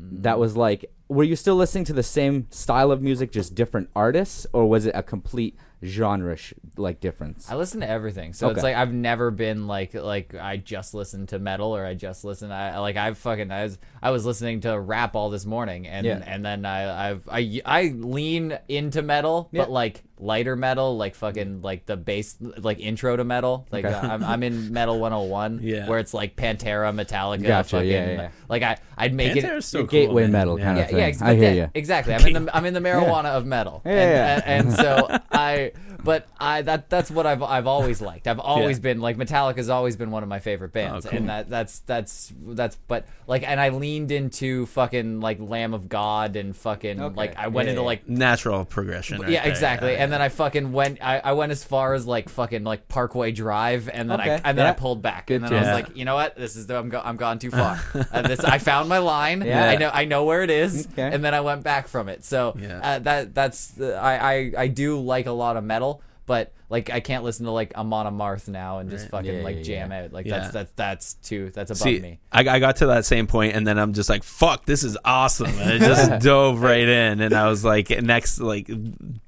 H: That was like, were you still listening to the same style of music, just different artists, or was it a complete genre sh- like difference?
F: I listen to everything, so it's
H: Okay.
F: like I've never been like like I just listen to metal or I just listen. I like I fucking I was I was listening to rap all this morning, and
H: Yeah.
F: and then I I've I I lean into metal,
H: Yeah.
F: but like lighter metal, like fucking like the bass like intro to metal. Like
H: Okay.
F: I'm, I'm in metal 101,
G: Yeah.
F: where it's like Pantera, Metallica,
H: Gotcha,
F: fucking
H: yeah, yeah.
F: like I I'd make it
G: Pantera's so cool,
H: gateway
G: man.
H: metal
G: Yeah.
H: kind
F: yeah,
H: of thing.
F: yeah, ex-
H: I
F: but
H: hear
F: that-
H: you.
F: Exactly. I'm in the I'm in the marijuana of metal.
H: Yeah,
F: and,
H: yeah.
F: a- And, so I, but I that that's what I've I've always liked. I've always
G: Yeah.
F: been like Metallica's always been one of my favorite bands,
G: Oh, cool.
F: and that that's that's that's but like and I leaned into fucking like Lamb of God and fucking
H: Okay.
F: like I went
H: Yeah,
F: into
H: yeah.
F: like
G: Natural progression. right
F: yeah,
G: there.
F: exactly. And then I fucking went. I, I went as far as like fucking like Parkway Drive, and then I
H: Okay,
F: and then I
H: yeah.
F: pulled back.
H: Good
F: and then I
G: job.
F: was
G: Yeah.
F: like, you know what? This is the, I'm go, I'm gone too far. uh, this I found my line.
H: Yeah.
F: I know I know where it is.
H: Okay.
F: And then I went back from it. So
G: Yeah.
F: uh, that that's the, I, I I do like a lot of metal. But like I can't listen to like Amon Amarth now and just fucking
H: Yeah,
F: like
H: yeah,
F: jam out like that's
G: Yeah.
F: that's that's too that's above
G: See,
F: me.
G: I, I got to that same point, and then I'm just like, "Fuck, this is awesome!" And I just dove right in, and I was like, "Next, like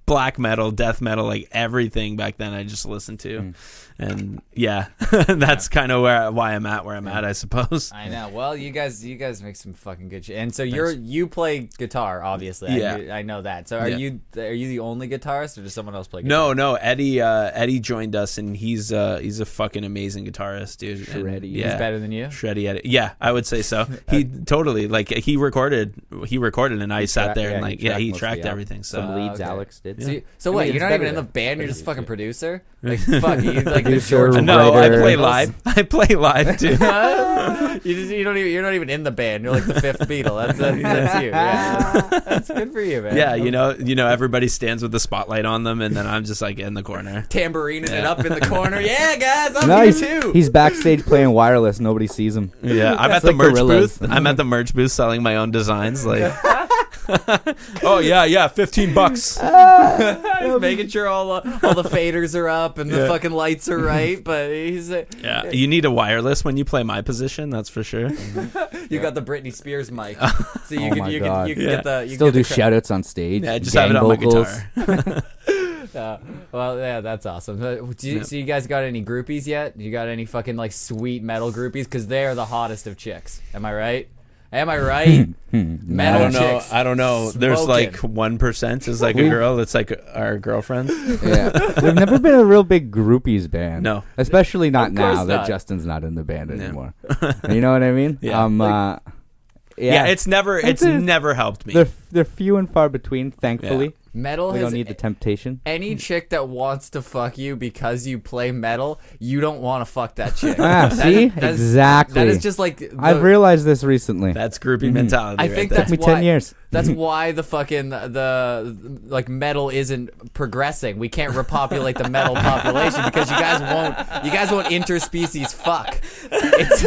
G: black metal, death metal, like everything back then." I just listened to, and yeah, that's kind of where why I'm at, where I'm at, I suppose.
F: I know. Well, you guys, you guys make some fucking good shit. And so you're you play guitar, obviously. I,
G: Yeah.
F: knew- I know that. So are
G: Yeah.
F: you are you the only guitarist, or does someone else play? guitar?
G: No, no, Eddie, uh, Eddie joined us, and he's uh, he's a fucking amazing guitarist, dude. And,
H: Shreddy.
G: yeah.
F: he's better than you.
G: Shreddy edit. Yeah, I would say so. He totally like he recorded he recorded and I sat there
H: yeah,
G: and
H: he
G: like yeah, he
H: tracked most of
G: tracked
H: the
G: everything. So uh,
H: Some leads
F: Ah, okay.
H: Alex did.
F: shit. So, you, so
H: I
F: what?
H: mean,
F: you're
H: it's
F: not even
H: better
F: in the
H: than-
F: band. You're just fucking producer. Like fuck. You like the
H: Producer,
F: George.
G: No, I
H: Writer.
G: play live. I play live too.
F: you just, you don't even you're not even in the band. You're like the fifth Beatle. That's that's, that's you. Yeah. That's good for you, man.
G: yeah, you know, you know, everybody stands with the spotlight on them, and then I'm just like in the corner.
F: Tambourining it up in the corner. Yeah, guys, I'm
H: No,
F: here
H: he's,
F: too.
H: he's backstage playing wireless. Nobody sees him.
G: Yeah, I'm at
H: That's
G: the
H: like
G: merch
H: gorillas.
G: booth. I'm at the merch booth selling my own designs. Like, oh yeah, yeah, fifteen bucks.
F: He's making sure all the, all the faders are up and the
G: Yeah.
F: fucking lights are right. But he's uh,
G: Yeah, you need a wireless when you play my position. That's for sure.
F: you got the Britney Spears mic, so you
H: Oh
F: can
H: my
F: you can
H: God.
F: you can
G: Yeah.
F: get the you
H: Still
F: can
H: do
F: get the cra-
H: shoutouts on stage.
G: Yeah, I just
H: gang
G: have it on my
H: vocals.
G: guitar.
F: Uh, well, yeah, that's awesome. Uh, Do you, So you guys got any groupies yet? You got any fucking like sweet metal groupies? Because they are the hottest of chicks. Am I right? Am I right?
H: Hmm.
F: metal
G: I don't know.
F: chicks.
G: I don't know. There's
F: Smoking.
G: like one percent is like a girl that's like our girlfriend.
H: Yeah. We've never been a real big groupies band.
G: No.
H: Especially not now
F: course not.
H: that Justin's not in the band anymore. you know what I mean?
G: Yeah.
H: Um, uh, yeah.
G: Yeah, it's never. It's
H: That's it.
G: never helped me.
H: they're, they're few and far between, thankfully.
F: metal
H: We
F: has
H: don't need the Hmm. temptation.
F: any chick that wants to fuck you because you play metal. You don't want to fuck that chick.
H: Ah,
F: That
H: see?
F: is- that is-
H: Exactly.
F: That is just like the-
H: I've realized this recently.
G: That's
H: Mm-hmm.
G: groupie mentality.
F: I
G: right
F: think
G: there.
F: that's
H: me
F: why,
H: 10 years.
F: That's why the fucking the like metal isn't progressing. We can't repopulate the metal population because you guys won't you guys won't interspecies fuck. It's,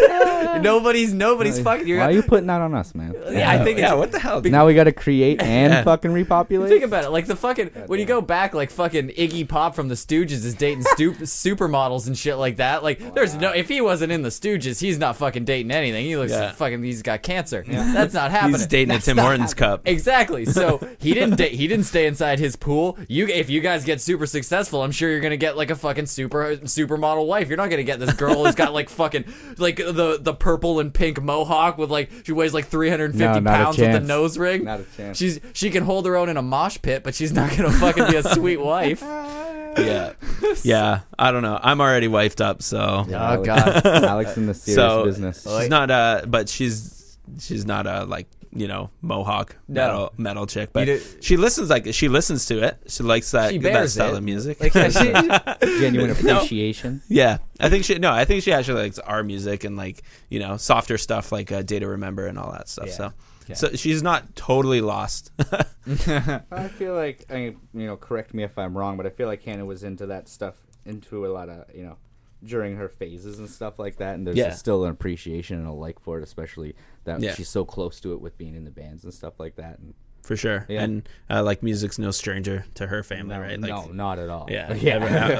F: nobody's nobody's fucking. You're,
H: Why are you putting that on us, man?
F: yeah, I think
G: Oh, yeah,
F: it's,
G: what the hell?
H: Now we got to create and
G: Yeah.
H: fucking
F: Think
H: repopulate.
F: about it, like the fucking when you go back, like fucking Iggy Pop from the Stooges is dating stu- supermodels and shit like that. Like, there's no if he wasn't in the Stooges, he's not fucking dating anything. He looks
G: Yeah.
F: fucking he's got cancer. That's not happening.
G: He's dating a Tim Hortons cup.
F: Exactly. So he didn't date. He didn't stay inside his pool. You, if you guys get super successful, I'm sure you're gonna get like a fucking super supermodel wife. You're not gonna get this girl who's got like fucking like the the purple and pink mohawk with like she weighs like 350
H: No, not a
F: pounds with a
H: chance.
F: nose ring.
H: Not a chance.
F: She's she can hold her own in a mosh pit, but she's not gonna fucking be a sweet wife.
G: Yeah, yeah. I don't know. I'm already wifed up, so
F: Oh god.
H: Alex in the serious
G: so
H: business.
G: she's not a, but she's she's not a like you know mohawk metal metal chick, but
F: You do-
G: she listens like she listens to it. She likes that,
F: She
G: that
F: bears
G: style
F: it.
G: of music.
F: Like, yeah, she-
H: Genuine appreciation.
G: yeah, I think she no, I think she actually likes our music and like you know softer stuff like uh, Data Remember and all that stuff.
F: Yeah.
G: So. So she's not totally lost.
H: I feel like I mean, you know, correct me if I'm wrong, but I feel like Hannah was into that stuff into a lot of you know during her phases and stuff like that, and there's
G: Yeah.
H: still an appreciation and a like for it, especially that
G: Yeah.
H: she's so close to it with being in the bands and stuff like that. And
G: for sure.
H: Yeah.
G: And uh, like music's no stranger to her family, right? Like,
H: no, not at all.
G: Yeah, every-
H: yeah,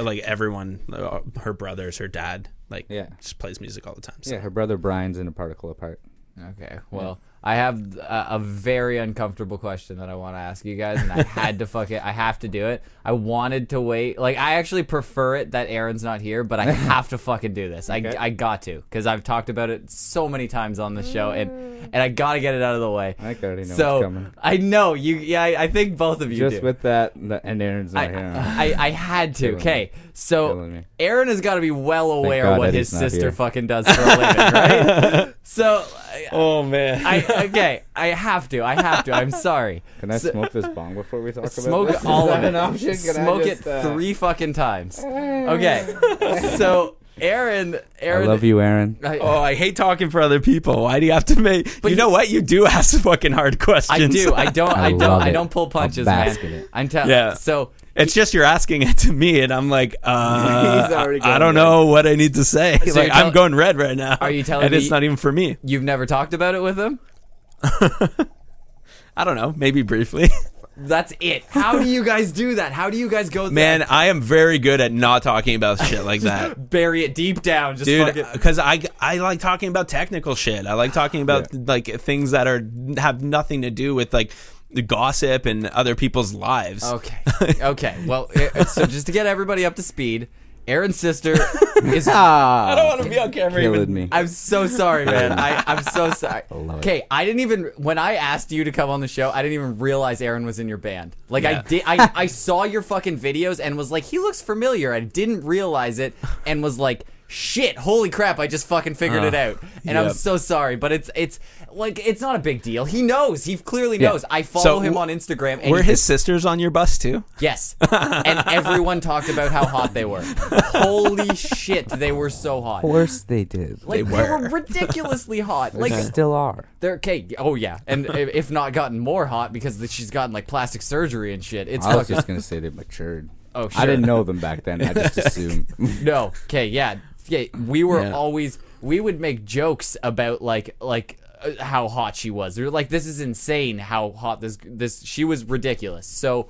G: uh, like everyone, uh, her brothers, her dad, like
H: Yeah.
G: just plays music all the time. So.
H: yeah. Her brother Brian's in a particle apart.
F: Okay. Well, I have a, a very uncomfortable question that I want to ask you guys, and I had to fuck it. I have to do it. I wanted to wait. Like, I actually prefer it that Aaron's not here, but I have to fucking do this. I, I got to because I've talked about it so many times on the show, and and I gotta get it out of the way.
H: Mm. I think I already know
F: so
H: what's coming.
F: I know you. Yeah, I, I think both of you
H: Just
F: do.
H: with that, the, and Aaron's not here.
F: I, I, I had to.
H: me.
F: Okay,
H: Killing
F: so
H: me.
F: Aaron has got to be well aware
H: God
F: what
H: Eddie's
F: his
H: not
F: sister
H: here.
F: fucking does for a living, right? So
G: Oh man,
F: I okay. I have to. I have to. I'm sorry.
H: Can I smoke this bong before we talk about
F: Smoke
H: this? Is
F: all of
H: that
F: it.
H: an option? Can I
F: Smoke
H: just,
F: it
H: uh,
F: three fucking times. Okay. so Aaron,
H: I
F: Aaron,
H: love you, Aaron.
F: I,
G: oh, I hate talking for other people. Why do you have to make? you
F: you-
G: know what? You do ask fucking hard questions.
F: I do. I don't. I,
H: I
F: don't.
H: love
F: I
H: it.
F: don't pull
H: I'll
F: punches,
H: bask in
F: man.
H: it.
F: I'm telling.
G: Yeah.
F: So
G: it's just you're asking it to me, and I'm like, uh,
H: He's already
G: I
H: going
G: don't
H: red.
G: know what I need to say.
F: you're
G: like, I'm
F: tell-
G: going red right now.
F: Are you telling
G: And
F: me-
G: it's not even for me.
F: you've never talked about it with him.
G: I don't know. Maybe briefly.
F: That's it. How do you guys do that? How do you guys go?
G: Man, I am very good at not talking about shit like that.
F: bury it deep down. Just
G: dude uh,
F: fucking.
G: because I, I like talking about technical shit i like talking about like things that are have nothing to do with like the gossip and other people's lives
F: Okay. Okay. Well, uh, so just to get everybody up to speed, Aaron's sister is.
H: Ah,
G: want to be on camera
H: killing me.
F: I'm so sorry, man. I, I'm so sorry.
H: love it.
F: Okay, I didn't even when I asked you to come on the show, I didn't even realize Aaron was in your band. Like I did, I, I saw your fucking videos and was like, he looks familiar. I didn't realize it and was like, shit, holy crap, I just fucking figured
G: Uh,
F: it out. And I'm
G: yep.
F: so sorry, but it's it's like it's not a big deal. He knows. He clearly
H: Yeah.
F: knows. I follow
G: So
F: him
G: w-
F: on Instagram and
G: Were
F: he-
G: his sisters on your bus too?
F: Yes. and everyone talked about how hot they were. Holy shit, they were so hot.
H: Of course they did.
F: Like
G: They
F: they were,
G: were.
F: ridiculously hot. Like
H: they still are.
F: they're okay. Oh yeah, and i- if not gotten more hot because that she's gotten like plastic surgery and shit. It's
H: I was
F: fucking
H: just gonna say they matured.
F: Oh,
H: I
F: sure.
H: didn't know them back then. I just assumed.
F: no. Okay, yeah, yeah. We were
G: Yeah.
F: always we would make jokes about like like uh, how hot she was. We were like, this is insane how hot this this she was ridiculous. So.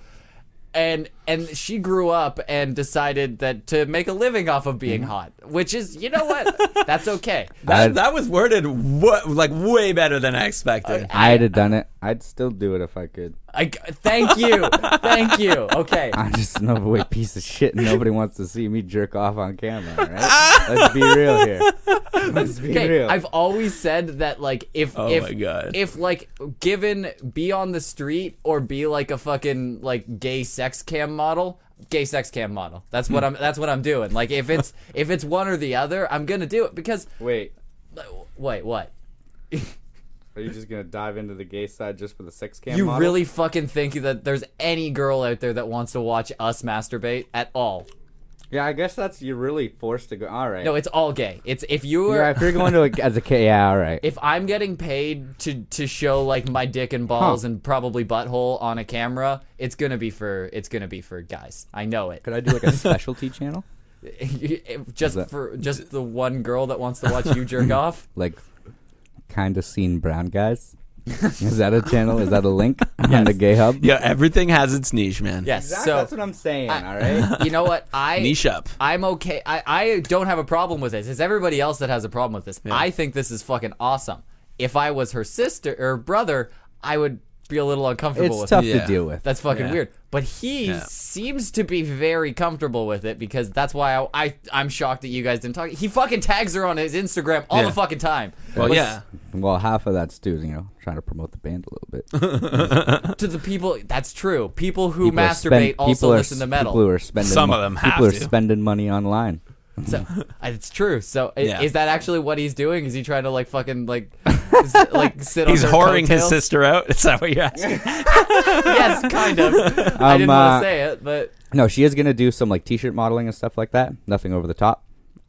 F: And and she grew up and decided that to make a living off of being hot, which is you know what that's okay.
G: That,
H: I'd-
G: that was worded wa- like way better than I expected.
H: I'd have done it. I'd still do it if I could.
F: I, thank you, thank you. Okay,
H: I'm just an overweight piece of shit, and nobody wants to see me jerk off on camera. all Right? Let's be real here. Let's be
F: Okay,
H: real.
F: I've always said that like if
G: Oh
F: if
G: my God.
F: if like given be on the street or be like a fucking like gay sex cam model, gay sex cam model. That's what I'm that's what I'm doing. Like if it's if it's one or the other, I'm going to do it because
H: Wait,
F: wait, what?
H: are you just gonna dive into the gay side just for the sex cam?
F: You
H: model?
F: really fucking think that there's any girl out there that wants to watch us masturbate at all?
H: Yeah, I guess that's you're really forced to go. All right.
F: No, it's all gay. It's if you were
H: yeah, if you're going to a, as a kid, yeah, all right.
F: if I'm getting paid to to show like my dick and balls
H: Huh.
F: and probably butthole on a camera, it's gonna be for it's gonna be for guys. I know it.
H: Could I do like a specialty channel,
F: just
H: that-
F: for just the one girl that wants to watch you jerk off.
H: like kind of seen brown guys? Is that a channel? Is that a link on the Gay Hub?
G: Yeah, everything has its niche, man.
F: Yes.
H: Exactly.
F: so
H: that's what I'm saying. all right.
F: you know what I
G: Niche up.
F: I'm okay. I, I don't have a problem with this. It's everybody else that has a problem with this. I think this is fucking awesome. If I was her sister or brother, I would be a little uncomfortable
H: It's
F: with
H: tough
F: it.
G: Yeah.
H: to deal with.
F: That's fucking
G: Yeah.
F: weird. But he
G: Yeah.
F: seems to be very comfortable with it because that's why I, I I'm shocked that you guys didn't talk. He fucking tags her on his Instagram all
G: Yeah.
F: the fucking time.
G: Well,
F: But
G: yeah.
H: Well, half of that's dude, you know, trying to promote the band a little bit. People
F: To the people, that's true. People who
H: are
F: masturbate
H: spend-
F: also
H: people are
F: listen to
H: s-
F: metal.
H: People who are spending
G: Some
H: mo-
G: of them
H: people
G: have
H: are
G: to.
H: spending money online.
F: So it's true. So i
G: Yeah.
F: is that actually what he's doing? Is he trying to like fucking like s- like sit
G: He's
F: on her
G: whoring his
F: coattails?
G: sister out. Is that what you're asking?
F: Yes, kind of. I didn't
H: Um,
F: want
H: uh,
F: to say it, but
H: No, she is gonna do some like T-shirt modeling and stuff like that. Nothing over the top,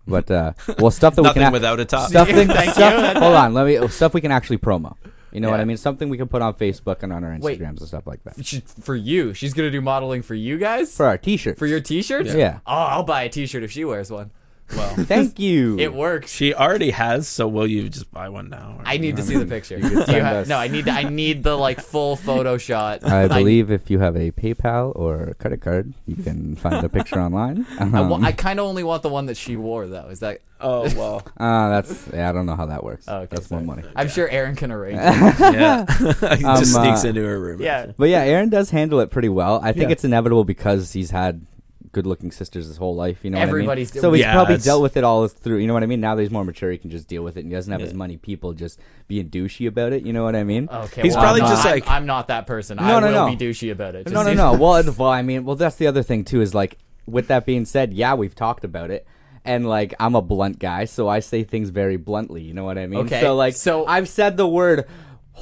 H: but uh, well, stuff that we
G: Nothing
H: can act-
G: without a top.
H: stuff. thing-
F: Thank
H: stuff hold on, let me oh, stuff we can actually promo. You know what
G: Yeah.
H: I mean? Something we can put on Facebook and on our Instagrams
F: Wait.
H: and stuff like that
F: she, for you, she's gonna do modeling for you guys
H: for our T-shirts.
F: for your T-shirts.
H: Yeah.
F: Oh, I'll buy a T-shirt if she wears one.
H: Thank you.
F: It works.
G: She already has, so will you just buy one now? Or-
F: I need to see the picture. Do you
H: send
F: have-
H: us-
F: no, I need I need the like full photo shot.
H: I believe if you have a PayPal or credit card, you can find the picture online. Um,
F: I, kind of only want the one that she wore though. Is that?
G: Oh well.
H: uh, that's yeah, I don't know how that works.
F: Oh, okay,
H: that's
F: sorry.
H: more money.
F: I'm sure Aaron can arrange. it.
G: Yeah. he just
H: uh,
G: sneaks into her room.
F: Um, yeah.
H: But yeah, Aaron does handle it pretty well. I think
G: Yeah.
H: it's inevitable because he's had good-looking sisters his whole life. You know,
F: Everybody's
H: what I
F: doing-
H: mean? so he's
G: Yeah,
H: probably
G: it's-
H: dealt with it all through. You know what I mean? Now that he's more mature, he can just deal with it, and he doesn't have as
G: Yeah.
H: many people just being douchey about it. You know what I mean?
F: Okay.
G: He's
F: well,
G: probably
F: I'm
G: just
F: not,
G: like-
F: I'm, I'm not that person.
H: No,
F: I
H: no,
F: will
H: no.
F: be douchey about it.
H: No,
F: Just-
H: no, no. Well, it- well, I mean, well, that's the other thing too. Is like, with that being said, yeah, we've talked about it, and like, I'm a blunt guy, so I say things very bluntly. You know what I mean?
F: Okay,
H: So like,
F: so-
H: I've said the word.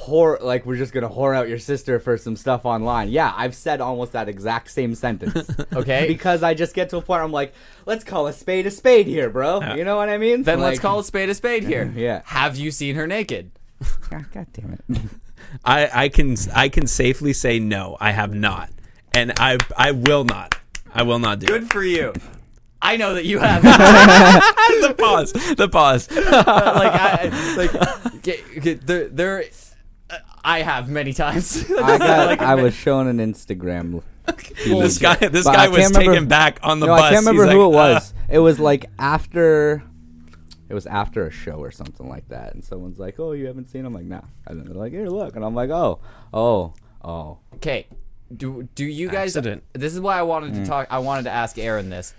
H: Whore, like we're just gonna whore out your sister for some stuff online. Yeah, I've said almost that exact same sentence.
F: Okay.
H: because I just get to a point where I'm like, let's call a spade a spade here, bro. You know what I mean?
F: Then let's
H: Like-
F: call a spade a spade here.
H: Yeah.
F: Have you seen her naked?
H: God, God damn it!
G: I, I can I can safely say no. I have not, and I I will not. I will not do it.
F: Good for you. I know that you have. like,
G: the pause. The pause.
F: I, like get, get, there, there, I have many times.
H: I got. I was shown an Instagram. feed.
G: this guy. This
H: But I
G: guy
H: can't
G: was
H: remember-
G: taken back on the
H: no,
G: bus.
H: I can't
G: He's
H: remember who it
G: like,
H: was. It was like after. It was after a show or something like that, and someone's like, "Oh, you haven't seen?" I'm like, "Nah." And then they're like, "Here, look," and I'm like, "Oh, oh, oh."
F: Okay. Do do you guys?
G: Accident.
F: This is why I wanted
H: Mm.
F: to talk. I wanted to ask Aaron this,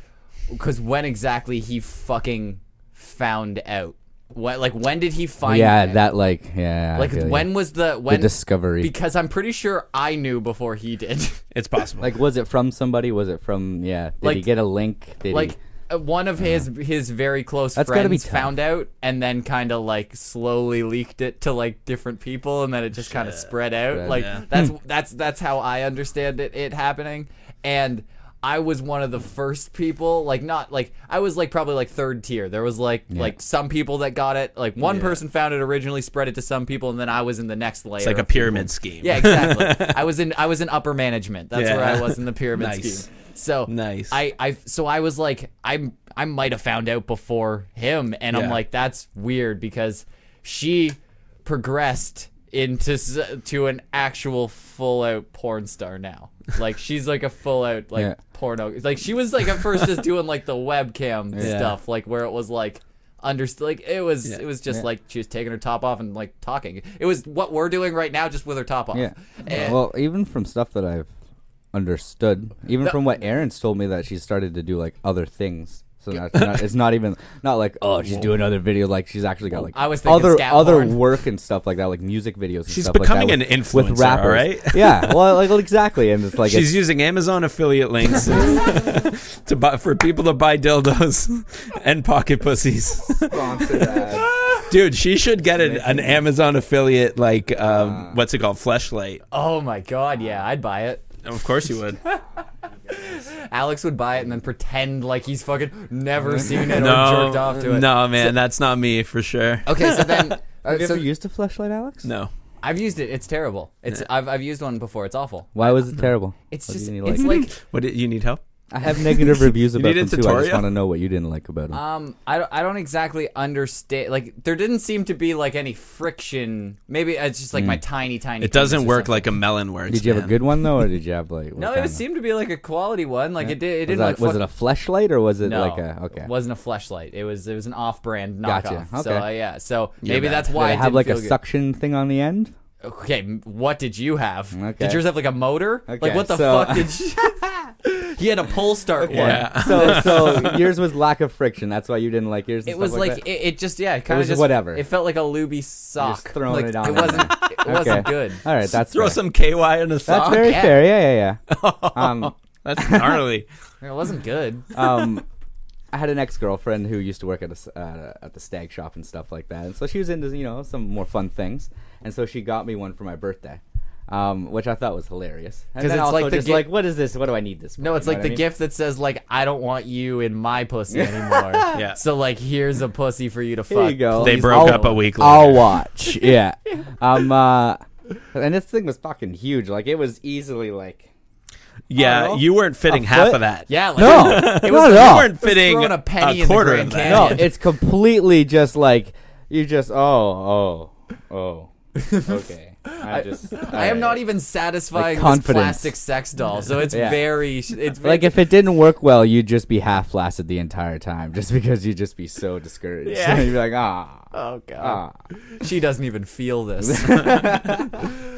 F: because when exactly he fucking found out? What like when did he find?
H: yeah,
F: out?
H: that like, yeah. I
F: Like
H: feel ya.
F: when was the when
H: discovery.
F: Because I'm pretty sure I knew before he did.
G: Uh, it's possible.
H: Like, was it from somebody? Was it from? Yeah. Did
F: Like-
H: he get a link? Did
F: like
H: he?
F: uh, one of his his very close
H: That's gotta be
F: friends
H: tough.
F: found out and then kind of like slowly leaked it to like different people and then it just kind of spread out
H: Spread,
F: like
G: yeah.
H: Hmm.
F: that's that's that's how I understand it it happening and I was one of the first people like not like I was like probably like third tier there was like like some people that got it like one person found it originally spread it to some people and then I was in the next layer
G: It's like a
F: of people.
G: pyramid scheme.
F: Yeah, exactly. I was in I was in upper management. That's
G: Yeah.
F: where I was in the pyramid
G: Nice.
F: scheme. So
G: Nice.
F: I I so I was like I'm I might have found out before him, and I'm
G: Yeah.
F: like that's weird because she progressed into s- to an actual full out porn star now. Like she's like a full out like
H: Yeah.
F: porno. Like she was like at first just doing like the webcam stuff, like where it was like. Understood. Like it was, it was just like she was taking her top off and like talking. It was what we're doing right now, just with her top off.
H: Yeah.
F: Eh.
H: well, even from stuff that I've understood, even from what Aaron's told me that she started to do like other things. So that's not, it's not even not like oh she's doing other videos like she's actually got like
F: I was thinking
H: other
F: scat
H: other
F: porn.
H: work and stuff like that like music videos. And
G: She's
H: stuff like that
G: becoming
H: with-
G: an influencer,
H: with rappers,
G: all right?
H: yeah, well, like exactly, and it's like
G: She's
H: it's,
G: using Amazon affiliate links to buy, for people to buy dildos and pocket pussies. Dude, she should get an, an Amazon affiliate like
H: Uh.
G: um, what's it called, fleshlight.
F: Oh my god, yeah, I'd buy it.
G: Of course you would.
F: Alex would buy it and then pretend like he's fucking never seen it or jerked
G: no,
F: off to it.
G: no, man, that's not me for sure.
F: Okay, so then, uh,
H: Have you
F: so
H: ever used a flashlight, Alex?
G: No,
F: I've used it. It's terrible. It's I've I've used one before. It's awful.
H: Why was it terrible?
F: It's
H: What do
F: just
H: you
F: it's
H: like?
F: like
G: what? do- You need help?
H: I have negative reviews about
G: need a
H: them too. I just
G: tutorial?
H: want to know what you didn't like about them.
F: um I don't, I don't exactly understand. Like there didn't seem to be like any friction. Maybe it's just like my
H: Hmm.
F: tiny tiny.
G: It doesn't
F: penis or
G: work
F: something.
G: like a melon works.
H: did you have a
G: man.
H: good one though, or did you have like what
F: No,
H: kind
F: it
H: of-
F: seemed to be like a quality one. Like it did. It
H: was,
F: didn't
H: that-
F: like
H: was
F: fuck-
H: it a flashlight or was it
F: No,
H: like a okay?
F: It wasn't a flashlight. It was it was an off-brand knockoff.
H: Gotcha.
F: So
H: Okay.
F: uh, yeah. So maybe
G: bad.
F: that's
H: Did
F: why
H: it
F: it
H: have
F: didn't
H: like a
F: feel good.
H: suction thing on the end?
F: Okay, m- what did you have?
H: Okay.
F: Did yours have like a motor?
H: Okay,
F: like what the
H: so-
F: fuck did you? he had a pull start one.
G: Yeah.
H: so so yours was lack of friction. That's why you didn't like yours. and
F: It
H: stuff
F: was like,
H: that?
F: it, it just yeah, kind
H: was
F: of just
H: whatever.
F: It felt like a luby sock.
H: Just throwing
F: Like,
H: it on
F: It
H: there.
F: wasn't. It wasn't
H: Okay.
F: good.
H: All right, that's
G: Throw
H: fair.
G: some KY in a
H: That's
G: sock.
H: very
F: yeah.
H: fair. Yeah, yeah, yeah. um,
G: That's gnarly.
F: It wasn't good.
H: um, I had an ex girlfriend who used to work at a, s- uh, at the stag shop and stuff like that, and so she was into you know some more fun things, and so she got me one for my birthday. Um, which I thought was hilarious, and
F: 'Cause
H: then
F: it's
H: also
F: like the
H: just
F: gi-
H: like, what is this? What do I need this? For?
F: No, it's
H: You know
F: like
H: what
F: the
H: I mean?
F: gift that says like I don't want you in my pussy anymore.
G: Yeah.
F: So like here's a pussy for you to fuck.
H: Here you go.
G: They
F: Please
G: broke
F: don't.
G: up a week later.
H: I'll watch. Yeah. um. Uh, and this thing was fucking huge. Like it was easily like I
G: yeah,
H: don't know.
G: you weren't fitting
H: A
G: half
H: foot?
G: of that.
F: Yeah. Like,
H: no,
F: It was-
H: not at
F: you
G: you
H: all.
G: weren't fitting
F: throwing a penny in the
G: quarter
F: Grand
G: of that.
H: No,
F: Canyon.
H: it's completely just like you just oh oh oh. Okay. I just
F: I am not even satisfying
H: Like
F: this
H: confidence.
F: plastic sex doll, so it's
H: Yeah.
F: very. It's
H: like if it didn't work well, you'd just be half lasted the entire time, just because you'd just be so discouraged.
F: Yeah.
H: you'd be like, ah,
F: Oh god,
H: ah.
F: she doesn't even feel this.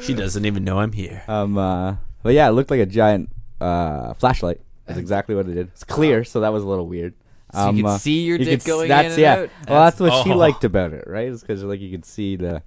G: She doesn't even know I'm here.
H: Um. Uh, but yeah, it looked like a giant uh, flashlight. That's exactly what it did. It's clear, so that was a little weird. Um, uh,
F: So you could see your dick
H: could
F: going
H: that's,
F: in and
H: yeah.
F: out?
H: Well, that's what she
G: Oh.
H: liked about it, right? It's because like you could see the.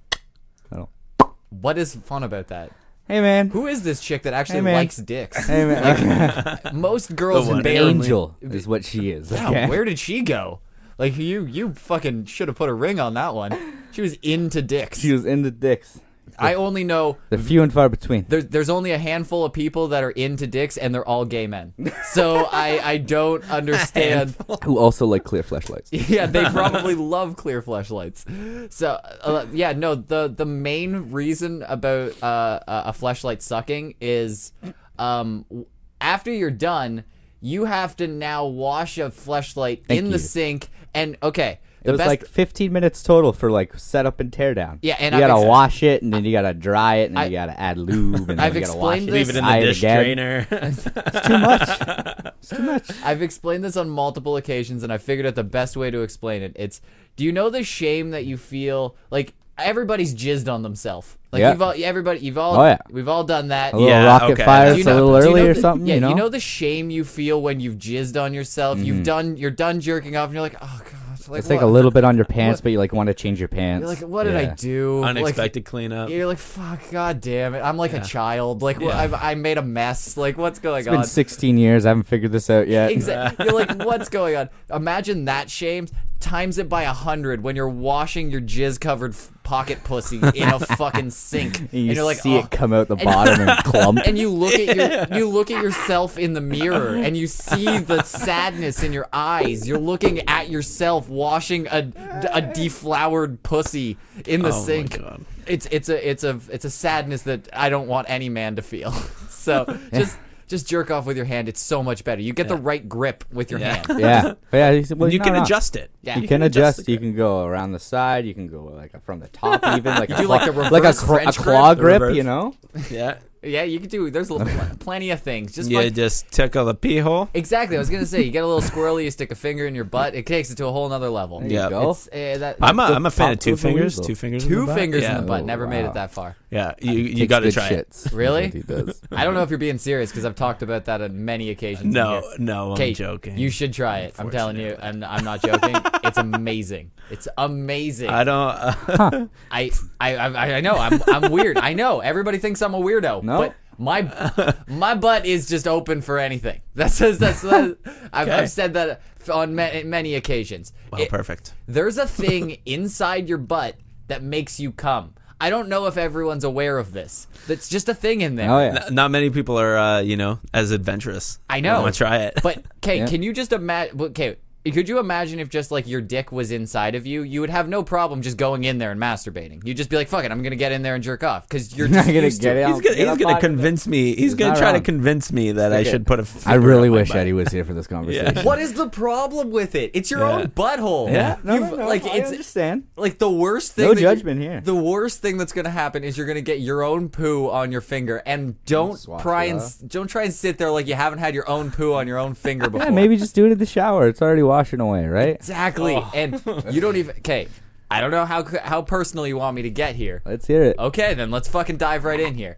F: what is fun about that?
H: Hey man,
F: Who is this chick that actually
H: Hey, man.
F: likes dicks?
H: hey man,
F: Most girls
G: one.
H: an
F: barely.
H: angel is what she is.
F: Wow,
H: okay?
F: where did she go? Like you, you fucking should have put a ring on that one. She was into dicks.
H: she was into dicks.
F: I only know
H: They're few and far between.
F: there's there's only a handful of people that are into dicks, and they're all gay men. So I I don't understand.
H: Who also like clear flashlights.
F: yeah, they probably love clear flashlights. So uh, yeah, no, the the main reason about uh, a a flashlight sucking is um, w- after you're done, you have to now wash a flashlight in the
H: you.
F: sink and okay.
H: It
F: the
H: was
F: best-
H: like 15 minutes total for like setup and teardown.
F: Yeah, and
H: you
F: I've
H: gotta
F: ex-
H: wash it, and then you gotta dry it, and then
F: I-
H: you gotta add lube, and then
F: I've
H: you gotta wash
F: explained
H: it.
F: this-
G: Leave it in
H: Tie
G: the dish
H: again.
G: drainer.
H: It's too much. It's too much.
F: I've explained this on multiple occasions, and I figured out the best way to explain it. It's do you know the shame that you feel like everybody's jizzed on themselves? Like
H: Yeah.
F: you've all everybody you've all
H: Oh, yeah.
F: we've all done that.
H: A little
G: Yeah,
H: rocket
G: okay.
F: Do
H: fires a little
F: do
H: early
F: know
H: or
F: the-
H: something,
F: Yeah,
H: you know? Mm-hmm.
F: the shame you feel when you've jizzed on yourself. You've done, you're done jerking off, and you're like, oh god, like,
H: It's like a
F: what-
H: little bit on your pants,
F: what-
H: but you like want to change your pants.
F: You're like, what did
H: Yeah.
F: I do? Like,
G: Unexpected cleanup.
F: you're like, fuck, god damn it. I'm like a child. Like, wh- I've, I made a mess. Like, what's going
H: It's
F: on?
H: been 16 years. I haven't figured this out yet.
F: Exactly. You're like, what's going on? Imagine that shame times it by a hundred when you're washing your jizz-covered f- pocket pussy in a fucking sink, and,
H: And you
F: are like,
H: see
F: "Oh."
H: it come out the bottom and clump.
F: and you look at your you look at yourself in the mirror, and you see the sadness in your eyes. You're looking at yourself washing a a deflowered pussy in the
G: Oh my
F: sink.
G: God.
F: It's it's a it's a it's a sadness that I don't want any man to feel. So just. Just jerk off with your hand. It's so much better. You get the right grip with your hand.
H: yeah, yeah. You, well,
G: you
H: no,
G: can
H: no.
G: adjust it.
F: Yeah.
H: You,
F: You
H: can
G: can adjust
H: adjust.
G: the
H: You can go around the side. You can go like from the top, even like a
F: do,
H: claw,
F: like, the
H: like a,
F: reverse
H: cr- a
F: French grip?
H: claw
G: The
H: grip.
G: reverse.
H: You know,
G: Yeah.
F: Yeah, you can do. There's l- pl- plenty of things. Just
G: You
F: fuck-
G: just tickle the pee hole.
F: exactly. I was gonna say, you get a little squirrely, you stick a finger in your butt, it takes it to a whole nother level.
G: Yeah.
H: you go.
F: It's, uh, that,
G: I'm a,
H: the
G: I'm a fan of
H: top
G: two
H: of the
G: fingers.
H: weasel.
G: Two fingers. in the
F: two
G: butt.
F: fingers
G: yeah.
F: in the butt. Never made
H: wow.
F: it that far.
G: Yeah. You you
H: Takes
G: got to
H: good
G: try it.
H: shits. is
F: Really?
H: what he does.
F: I don't know if you're being serious because I've talked about that on many occasions.
G: No,
F: in here.
G: no, I'm
F: Kate,
G: joking.
F: You should try it. I'm telling you, and I'm not joking. it's amazing. It's amazing.
G: I
F: I,
G: don't. Uh,
F: I, I, I, know. I'm, I'm weird. I know. Everybody thinks I'm a weirdo.
H: No.
F: But my, my butt is just open for anything. That's that's. that's, that's I've,
G: Okay.
F: I've said that on ma- many occasions.
G: well,
F: It-
G: perfect.
F: There's a thing inside your butt that makes you come. I don't know if everyone's aware of this. That's just a thing in there.
H: Oh yeah.
G: N- not many people are, uh, you know, as adventurous.
F: I know.
G: Want to try it?
F: But okay,
H: Yeah.
F: can you just imagine? Okay, could you imagine if just like your dick was inside of you? You would have no problem just going in there and masturbating. You'd just be like, "Fuck it, I'm gonna get in there and jerk off," because you're
H: I'm
F: just
H: gonna
F: used to
H: get
F: it.
H: out.
G: he's gonna,
H: get
G: he's
H: up
G: gonna
H: on-
G: convince me. He's gonna
H: not
G: try to
H: wrong.
G: convince me that I
H: Stick it.
G: should put a.
H: I
G: finger
H: really
G: up my
H: wish
G: butt.
H: Eddie was here for this conversation.
F: What is the problem with it? It's your own butthole.
G: Yeah.
H: No, no,
F: You've-
H: no,
F: like
H: I
F: it's
H: understand.
F: like the worst thing.
H: No
F: that you-
H: judgment here.
F: The worst thing that's gonna happen is you're gonna get your own poo on your finger, and don't
H: Swap
F: try
H: it
F: and
H: up.
F: s- don't try and sit there like you haven't had your own poo on your own finger before.
H: Yeah, maybe Oh. just do it in the shower. It's already washing away, right?
F: exactly. And you don't even. Okay, I don't know how c- how personal you want me to get here.
H: Let's hear it.
F: Okay, then let's fucking dive right in here.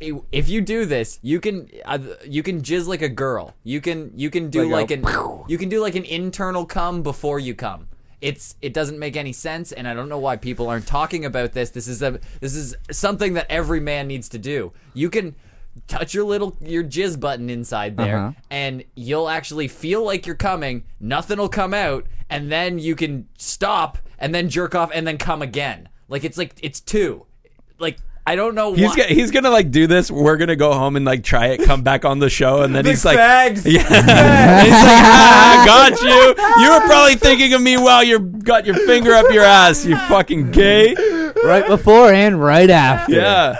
F: I- If you do this, you can uh, you can jizz like a girl. You can you can do like,
H: Like a
F: an you can do like an internal cum before you come. It's it doesn't make any sense, and I don't know why people aren't talking about this. This is a this is something that every man needs to do. You can touch your little your jizz button inside there,
H: Uh-huh.
F: and you'll actually feel like you're coming. Nothing will come out, and then you can stop and then jerk off and then come again. Like it's like it's two. Like I don't know
G: He's
F: why.
G: gonna, he's gonna like do this. We're gonna go home and like try it. Come back on the show, and then he's like,
F: fags.
G: yeah. And he's like, ah, got you. You were probably thinking of me while you got your finger up your ass. You fucking gay.
H: Right before and right after.
G: Yeah.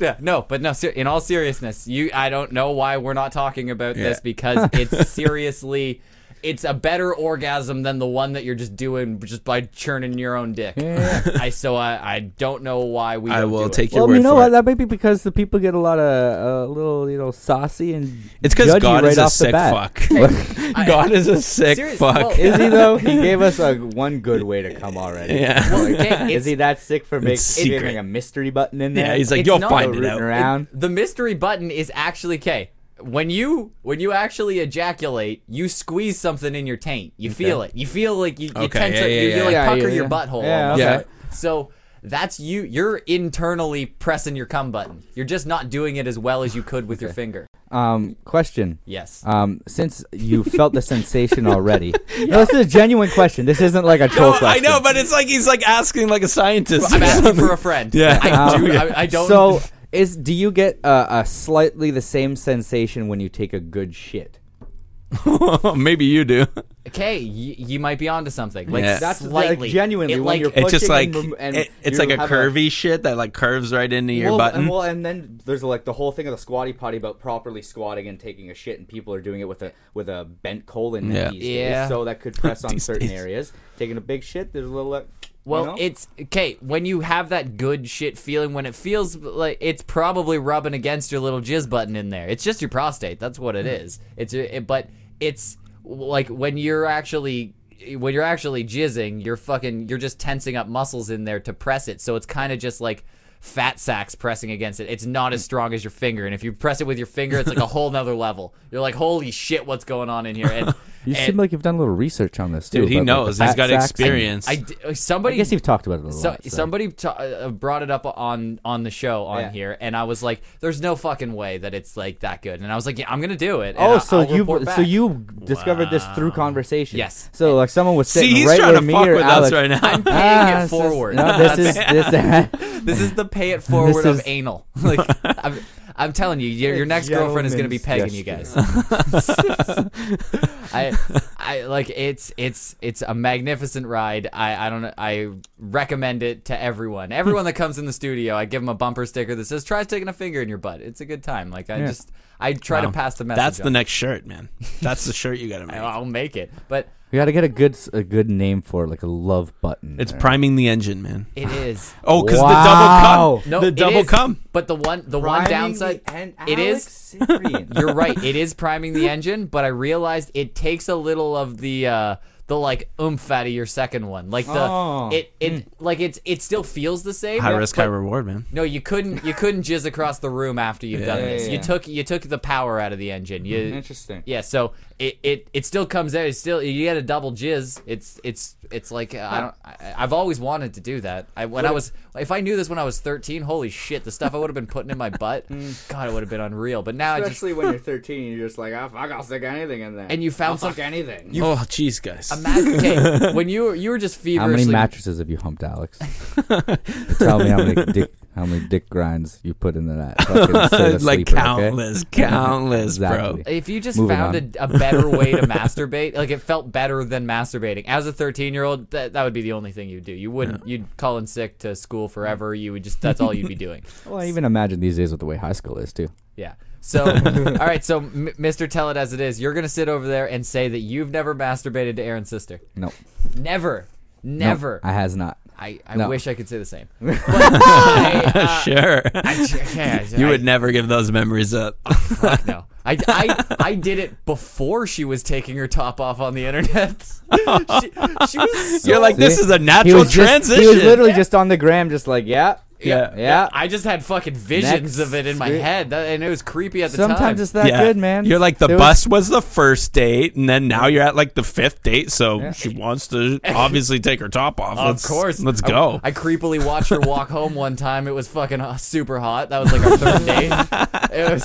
F: Yeah, no, but no. Ser- in all seriousness, you I don't know why we're not talking about this because it's seriously, it's a better orgasm than the one that you're just doing just by churning your own dick. I so I I don't know why we.
G: I
F: don't
G: will
F: do
G: take
F: it.
G: your
H: Well,
G: word
H: you know
G: for
H: what?
G: it.
H: That might be because the people get a lot of a little, you know, saucy and
G: It's because
H: judgy
G: God
H: right
G: is a
H: off the
G: sick
H: bat.
G: fuck. God is a sick
F: Serious-
G: fuck.
F: well,
H: Is he though? He gave us a one good way to come already.
G: yeah.
F: Okay, it's-
H: Is he that sick for make,
G: secret.
H: giving a mystery button in there?
G: yeah. He's like,
F: it's
G: you'll
F: not
G: find it
H: rooting
G: out.
H: around.
F: the mystery button is actually okay. When you when you actually ejaculate, you squeeze something in your taint. You feel it. You feel like you, you
G: Okay,
F: tense
G: yeah,
F: up.
G: yeah,
F: you, you
G: yeah.
F: like
H: Yeah,
F: pucker
H: yeah,
F: your
H: yeah.
F: butthole.
H: Yeah,
F: almost.
G: okay.
F: So that's you. You're internally pressing your cum button. You're just not doing it as well as you could with your finger.
H: Um, question.
F: Yes.
H: Um, since you felt the sensation already, no, this is a genuine question. This isn't like a troll
G: No, I
H: question.
G: know, but it's like he's like asking like a scientist.
F: I'm asking for a friend.
G: Yeah.
F: I, do,
H: Um,
F: I, I don't.
H: So, is do you get uh, a slightly the same sensation when you take a good shit?
G: Maybe you do.
F: okay, you, you might be onto something. Like
G: Yeah.
H: That's
F: slightly,
H: like, genuinely
F: It,
H: when
F: like,
H: you're
G: It's just like
H: Pushing and rem- and
G: it- it's
H: you
G: like a
H: have a-
G: curvy shit that like curves right into your
H: well,
G: button.
H: And, well, and then there's like the whole thing of the squatty potty about properly squatting and taking a shit, and people are doing it with a with a bent colon
G: Yeah.
H: these days,
F: Yeah.
H: so that could press on
G: These
H: certain
G: days.
H: areas. Taking a big shit, there's a little. Like,
F: Well,
H: you know?
F: it's okay when you have that good shit feeling when it feels like it's probably rubbing against your little jizz button in there. It's just your prostate. That's what it
H: Hmm.
F: is. It's uh, it, but it's like when you're actually when you're actually jizzing, you're fucking you're just tensing up muscles in there to press it. So it's kind of just like fat sacks pressing against it. It's not
H: Hmm.
F: as strong as your finger, and if you press it with your finger, it's like a whole nother level. You're like, holy shit, what's going on in here? And
H: You
G: And-
H: seem like you've done a little research on this, too.
G: dude, he
H: about, like, the
G: knows. He's
H: fat
G: got
H: sacks.
G: experience.
F: I d- somebody
H: I guess you've talked about it a little.
F: So,
H: lot, so.
F: somebody t- uh, brought it up on on the show on
H: Yeah.
F: here, and I was like, "There's no fucking way that it's like that good." And I was like, "Yeah, I'm gonna do it." and
H: Oh,
F: I-
H: so
F: I'll
H: you
F: report
H: so
F: back.
H: you discovered this through conversation?
F: Yes.
H: So like someone was sitting
G: See, he's
H: right
G: trying
H: where
G: to
H: me
G: fuck
H: or
G: with
H: Alex.
G: us right now.
F: I'm paying
H: Ah,
F: it forward.
H: This is, no, this is this.
F: this is the pay it forward of
H: is-
F: anal. Like, I'm, I'm telling you, your, your next girlfriend is gonna be pegging
H: Gentleman's
F: you guys.
H: gesture.
F: I, I like it's it's it's a magnificent ride. I I don't I recommend it to everyone. Everyone that comes in the studio, I give them a bumper sticker that says "Try sticking a finger in your butt." It's a good time. Like I just I try to
G: Wow.
F: pass the message.
G: That's the
F: on.
G: next shirt, man. That's the shirt you got to make.
F: I'll make it, but
H: We got to get a good s- a good name for it, like a love button.
G: It's
H: or-
G: priming the engine, man.
F: it is.
G: Oh, because
H: Wow.
G: the double cum.
F: No,
G: the
F: it
G: double
F: is,
G: cum.
F: But the one the one
H: Priming
F: downside
H: the en-
F: it
H: Alex
F: is
H: Cyprian.
F: You're right. It is priming the engine, but I realized it takes a little of the uh the like oomph out of your second one. Like the
H: Oh.
F: it it like it's it still feels the same.
G: High risk,
F: but-
G: high reward, man.
F: No, you couldn't you couldn't jizz across the room after you've done
H: Yeah,
F: this.
H: yeah,
F: You
H: yeah.
F: took you took the power out of the engine. You
H: Interesting.
F: Yeah, so it, it, it still comes out. It's still you get a double jizz. It's it's it's like uh, I don't. I, I've always wanted to do that. I when I was if I knew this when I was thirteen, holy shit, the stuff I would have been putting in my butt,
H: Hmm.
F: God, it would have been unreal. But now I just
H: when you're 13, you're just like, oh, fuck, I'll stick anything in there.
F: and you found something.
H: anything.
G: oh, jeez, guys.
F: Imagine, okay, when you were you were just
H: how many
F: feverishly
H: mattresses have you humped, Alex? Tell me how many dick how many dick grinds you put into that. Fucking soda
G: like
H: sleeper, okay?
G: countless, countless, bro.
H: Exactly.
F: if you just
H: Moving
F: found a, a better way to masturbate, like it felt better than masturbating. As a 13 year old, that, that would be the only thing you'd do. You wouldn't, you'd call in sick to school forever. You would just, that's all you'd be doing.
H: Well, I even imagine these days with the way high school is too.
F: Yeah. So, all right. So, M- Mr. Tell It As It Is, you're going to sit over there and say that you've never masturbated to Aaron's sister.
H: No,
F: Never. Never.
H: I has not.
F: I, I
H: no.
F: wish I could say the same. But I, uh,
G: sure.
F: yeah,
G: you
F: I-
G: would never give those memories up.
F: Fuck no. I, I, I did it before she was taking her top off on the internet. she, she was so
G: You're like, this
H: See?
G: is a
H: He
G: natural
H: was just,
G: transition.
H: he was literally just on the gram, just like, yeah,
G: Yeah.
H: yeah.
F: I just had fucking visions
H: Next
F: of it in my
H: screen.
F: head, that, and it was creepy at the time.
H: Sometimes it's that
G: Yeah.
H: good, man.
G: You're like the
H: There was-
G: bus was the first date, and then now you're at like the fifth date. So she wants to obviously take her top off.
F: of
G: Let's-
F: course,
G: let's
F: I-
G: go.
F: I, creepily watched her walk home one time. It was fucking uh, super hot. That was like our third date. It was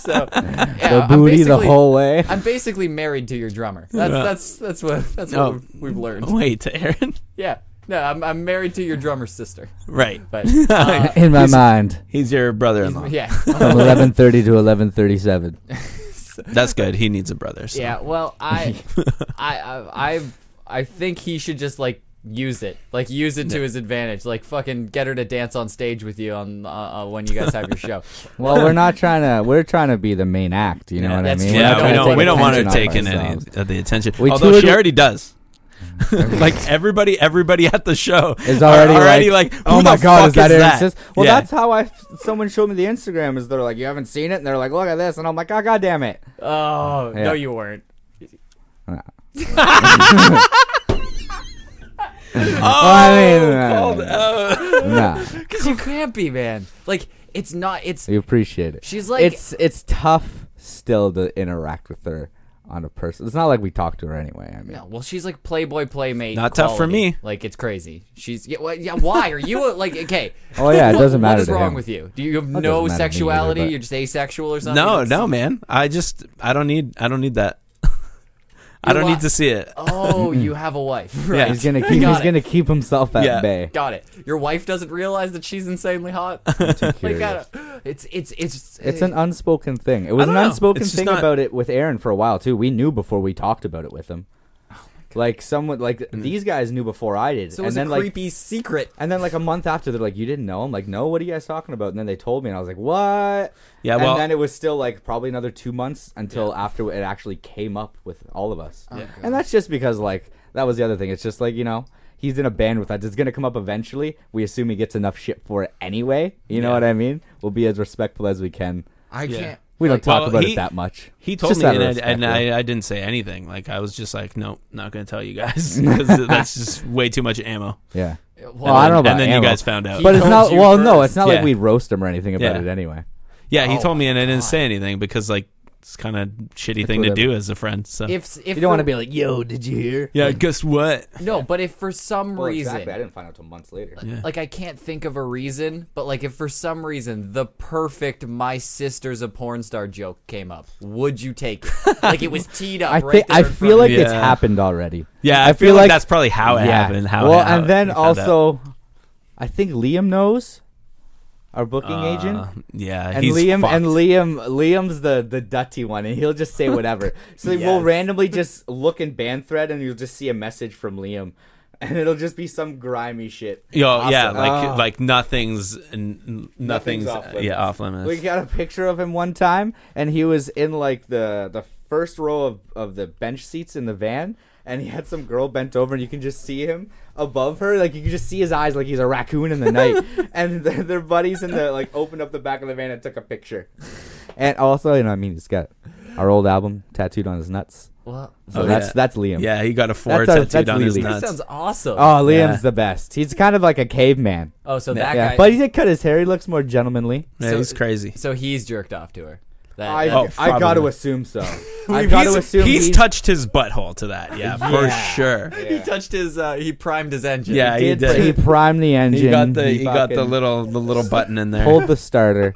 F: so yeah,
H: the booty the
F: basically-
H: whole way.
F: I'm basically married to your drummer. That's that's that's what that's
G: Oh.
F: what we've, we've learned.
G: Wait, Aaron.
F: Yeah, no, I'm I'm married to your drummer's sister,
G: Right,
F: but uh,
H: In my mind,
G: he's your brother-in-law.
F: yeah.
H: from 11:30 to 11:37.
G: That's good. He needs a brother. So.
F: Yeah, well, I, I, I, I, I think he should just like use it, like use it to his advantage, like fucking get her to dance on stage with you on uh, uh, when you guys have your show.
H: Well, we're not trying to. We're trying to be the main act. You know what I
F: that's
H: mean?
F: true.
H: We're not
G: Yeah,
F: trying
G: we
H: trying to
G: don't
H: take
G: we don't want her
H: attention off
G: taking any
H: ourselves.
G: of the attention.
H: We
G: Although she
H: toured-
G: already does. like everybody, everybody at the show
H: Is already,
G: are already
H: like,
G: like, who
H: oh my
G: the
H: god,
G: fuck
H: is that Aaron
G: that?
H: Sis? Well,
G: Yeah.
H: that's how I. Someone showed me the Instagram. Is they're like, you haven't seen it, and they're like, look at this, and I'm like, oh god damn it.
F: Oh
H: Yeah.
F: no, you weren't.
H: Oh, I mean,
G: called out.
H: nah,
F: Because you can't be, man. Like it's not. It's
H: you appreciate it.
F: She's like-
H: it's it's tough still to interact with her on a person. It's not like we talk to her anyway. I mean,
F: no. Well, she's like Playboy playmate.
G: Not tough for
F: quality.
G: me.
F: Like it's crazy. She's yeah. Well, yeah why are you uh, like okay?
H: Oh, yeah, it
F: what-
H: doesn't
F: What
H: matter
F: is
H: to
F: wrong
H: him.
F: with you? Do you have
H: That doesn't
F: no
H: matter to me either,
F: sexuality?
H: but-
F: You're just asexual or something?
G: No,
F: It's-
G: no, man. I just I don't need I don't need that. I don't
F: You're li-
G: need to see it.
F: Oh, you have a wife. Right.
H: he's gonna
F: You
H: keep.
F: got
H: He's
F: it.
H: gonna keep himself at
G: Yeah.
H: bay.
F: Got it. Your wife doesn't realize that she's insanely hot. like, I don't- it's it's it's
H: It's an unspoken thing. It was an
G: don't know.
H: unspoken
G: It's just
H: thing
G: not-
H: about it with Aaron for a while too. We knew before we talked about it with him. Like someone, like these guys knew before I did,
F: so
H: and
F: it's
H: then
F: a
H: like,
F: creepy secret.
H: and then like a month after, they're like, "You didn't know?" I'm like, "No, what are you guys talking about?" And then they told me, and I was like, "What?"
G: Yeah, well-
H: and then it was still like probably another two months until after it actually came up with all of us. and that's just because like that was the other thing. It's just like you know. He's in a band with us. It's gonna come up eventually. We assume he gets enough shit for it anyway. You know
G: Yeah.
H: what I mean? We'll be as respectful as we can.
F: I can't.
H: We don't
G: Well,
H: talk about
G: he-
H: it that much.
G: He
H: It's
G: told
H: just
G: me,
H: out of
G: and, I,
H: respect,
G: and
H: yeah.
G: I, I didn't say anything. Like I was just like, nope, not gonna tell you guys 'Cause that's just way too much ammo.
H: yeah.
F: Well,
H: Well, Oh, I don't know about
G: and then
H: ammo,
G: you guys found out.
H: but
F: He
H: it's
F: told
H: not.
F: you
H: Well, no,
F: first.
H: it's not
G: Yeah.
H: like we roast him or anything about
G: Yeah.
H: it anyway.
F: Oh
G: yeah, he told me, and I didn't say anything because like it's kind of shitty thing to
H: whatever.
G: do as a friend. So
F: If if
H: You don't want
F: for-
H: to be like, yo, did you hear?
G: yeah, guess what?
F: no, but if for some reason
H: Exactly. I didn't find out until months later.
F: like I can't think of a reason, but like if for some reason the perfect "my sister's a porn star" joke came up, would you take it? like it was teed up.
H: I
F: right
H: think
F: there
H: I
F: in front
H: feel
F: of
H: like
F: you.
G: you.
H: it's
G: Yeah.
H: happened already.
G: Yeah, I, feel, like, that's probably how it
H: yeah.
G: happened. How
H: well,
G: how
H: and then
G: we found out.
H: also, I think Liam knows our booking agent.
G: Uh, yeah,
H: And
G: he's
H: Liam
G: fucked.
H: and Liam Liam's the the dutty one, and he'll just say whatever. So we'll
G: Yes.
H: randomly just look in band thread, and you'll just see a message from Liam, and it'll just be some grimy shit.
G: Yo, yeah,
H: Awesome.
G: like
H: Ah.
G: like nothing's n- n- nothing's,
H: off
G: uh,
H: limits.
G: yeah off limits.
H: We got a picture of him one time, and he was in like the the first row of, of the bench seats in the van, and he had some girl bent over, and you can just see him above her, like you can just see his eyes, like he's a raccoon in the night. and their, their buddies in the like opened up the back of the van and took a picture. And also, you know, I mean, he's got our old album tattooed on his nuts,
F: Well,
H: so
G: Oh,
H: that's
G: yeah.
H: that's Liam.
G: yeah, he got a four
H: That's a-
G: tattooed
H: that's
G: on his
H: Lily.
F: that
G: nuts.
F: sounds awesome.
H: Oh, Liam's
G: Yeah.
H: the best. He's kind of like a caveman.
F: oh, so that
H: Yeah,
F: guy.
H: but he did cut his hair. He looks more gentlemanly.
G: yeah,
F: so-
G: he's crazy.
F: so he's jerked off to her. That,
H: I,
F: that-
G: Oh,
H: I got to
G: probably.
H: assume so. I got to
G: he's,
H: assume
G: he's,
H: he's
G: touched his butthole to that. Yeah, for sure.
F: he touched his. Uh, he primed his engine.
G: Yeah, he
H: did, but he
G: did.
H: primed the engine.
G: He got the he got the
H: fucking
G: little the little button in there.
H: pulled the starter.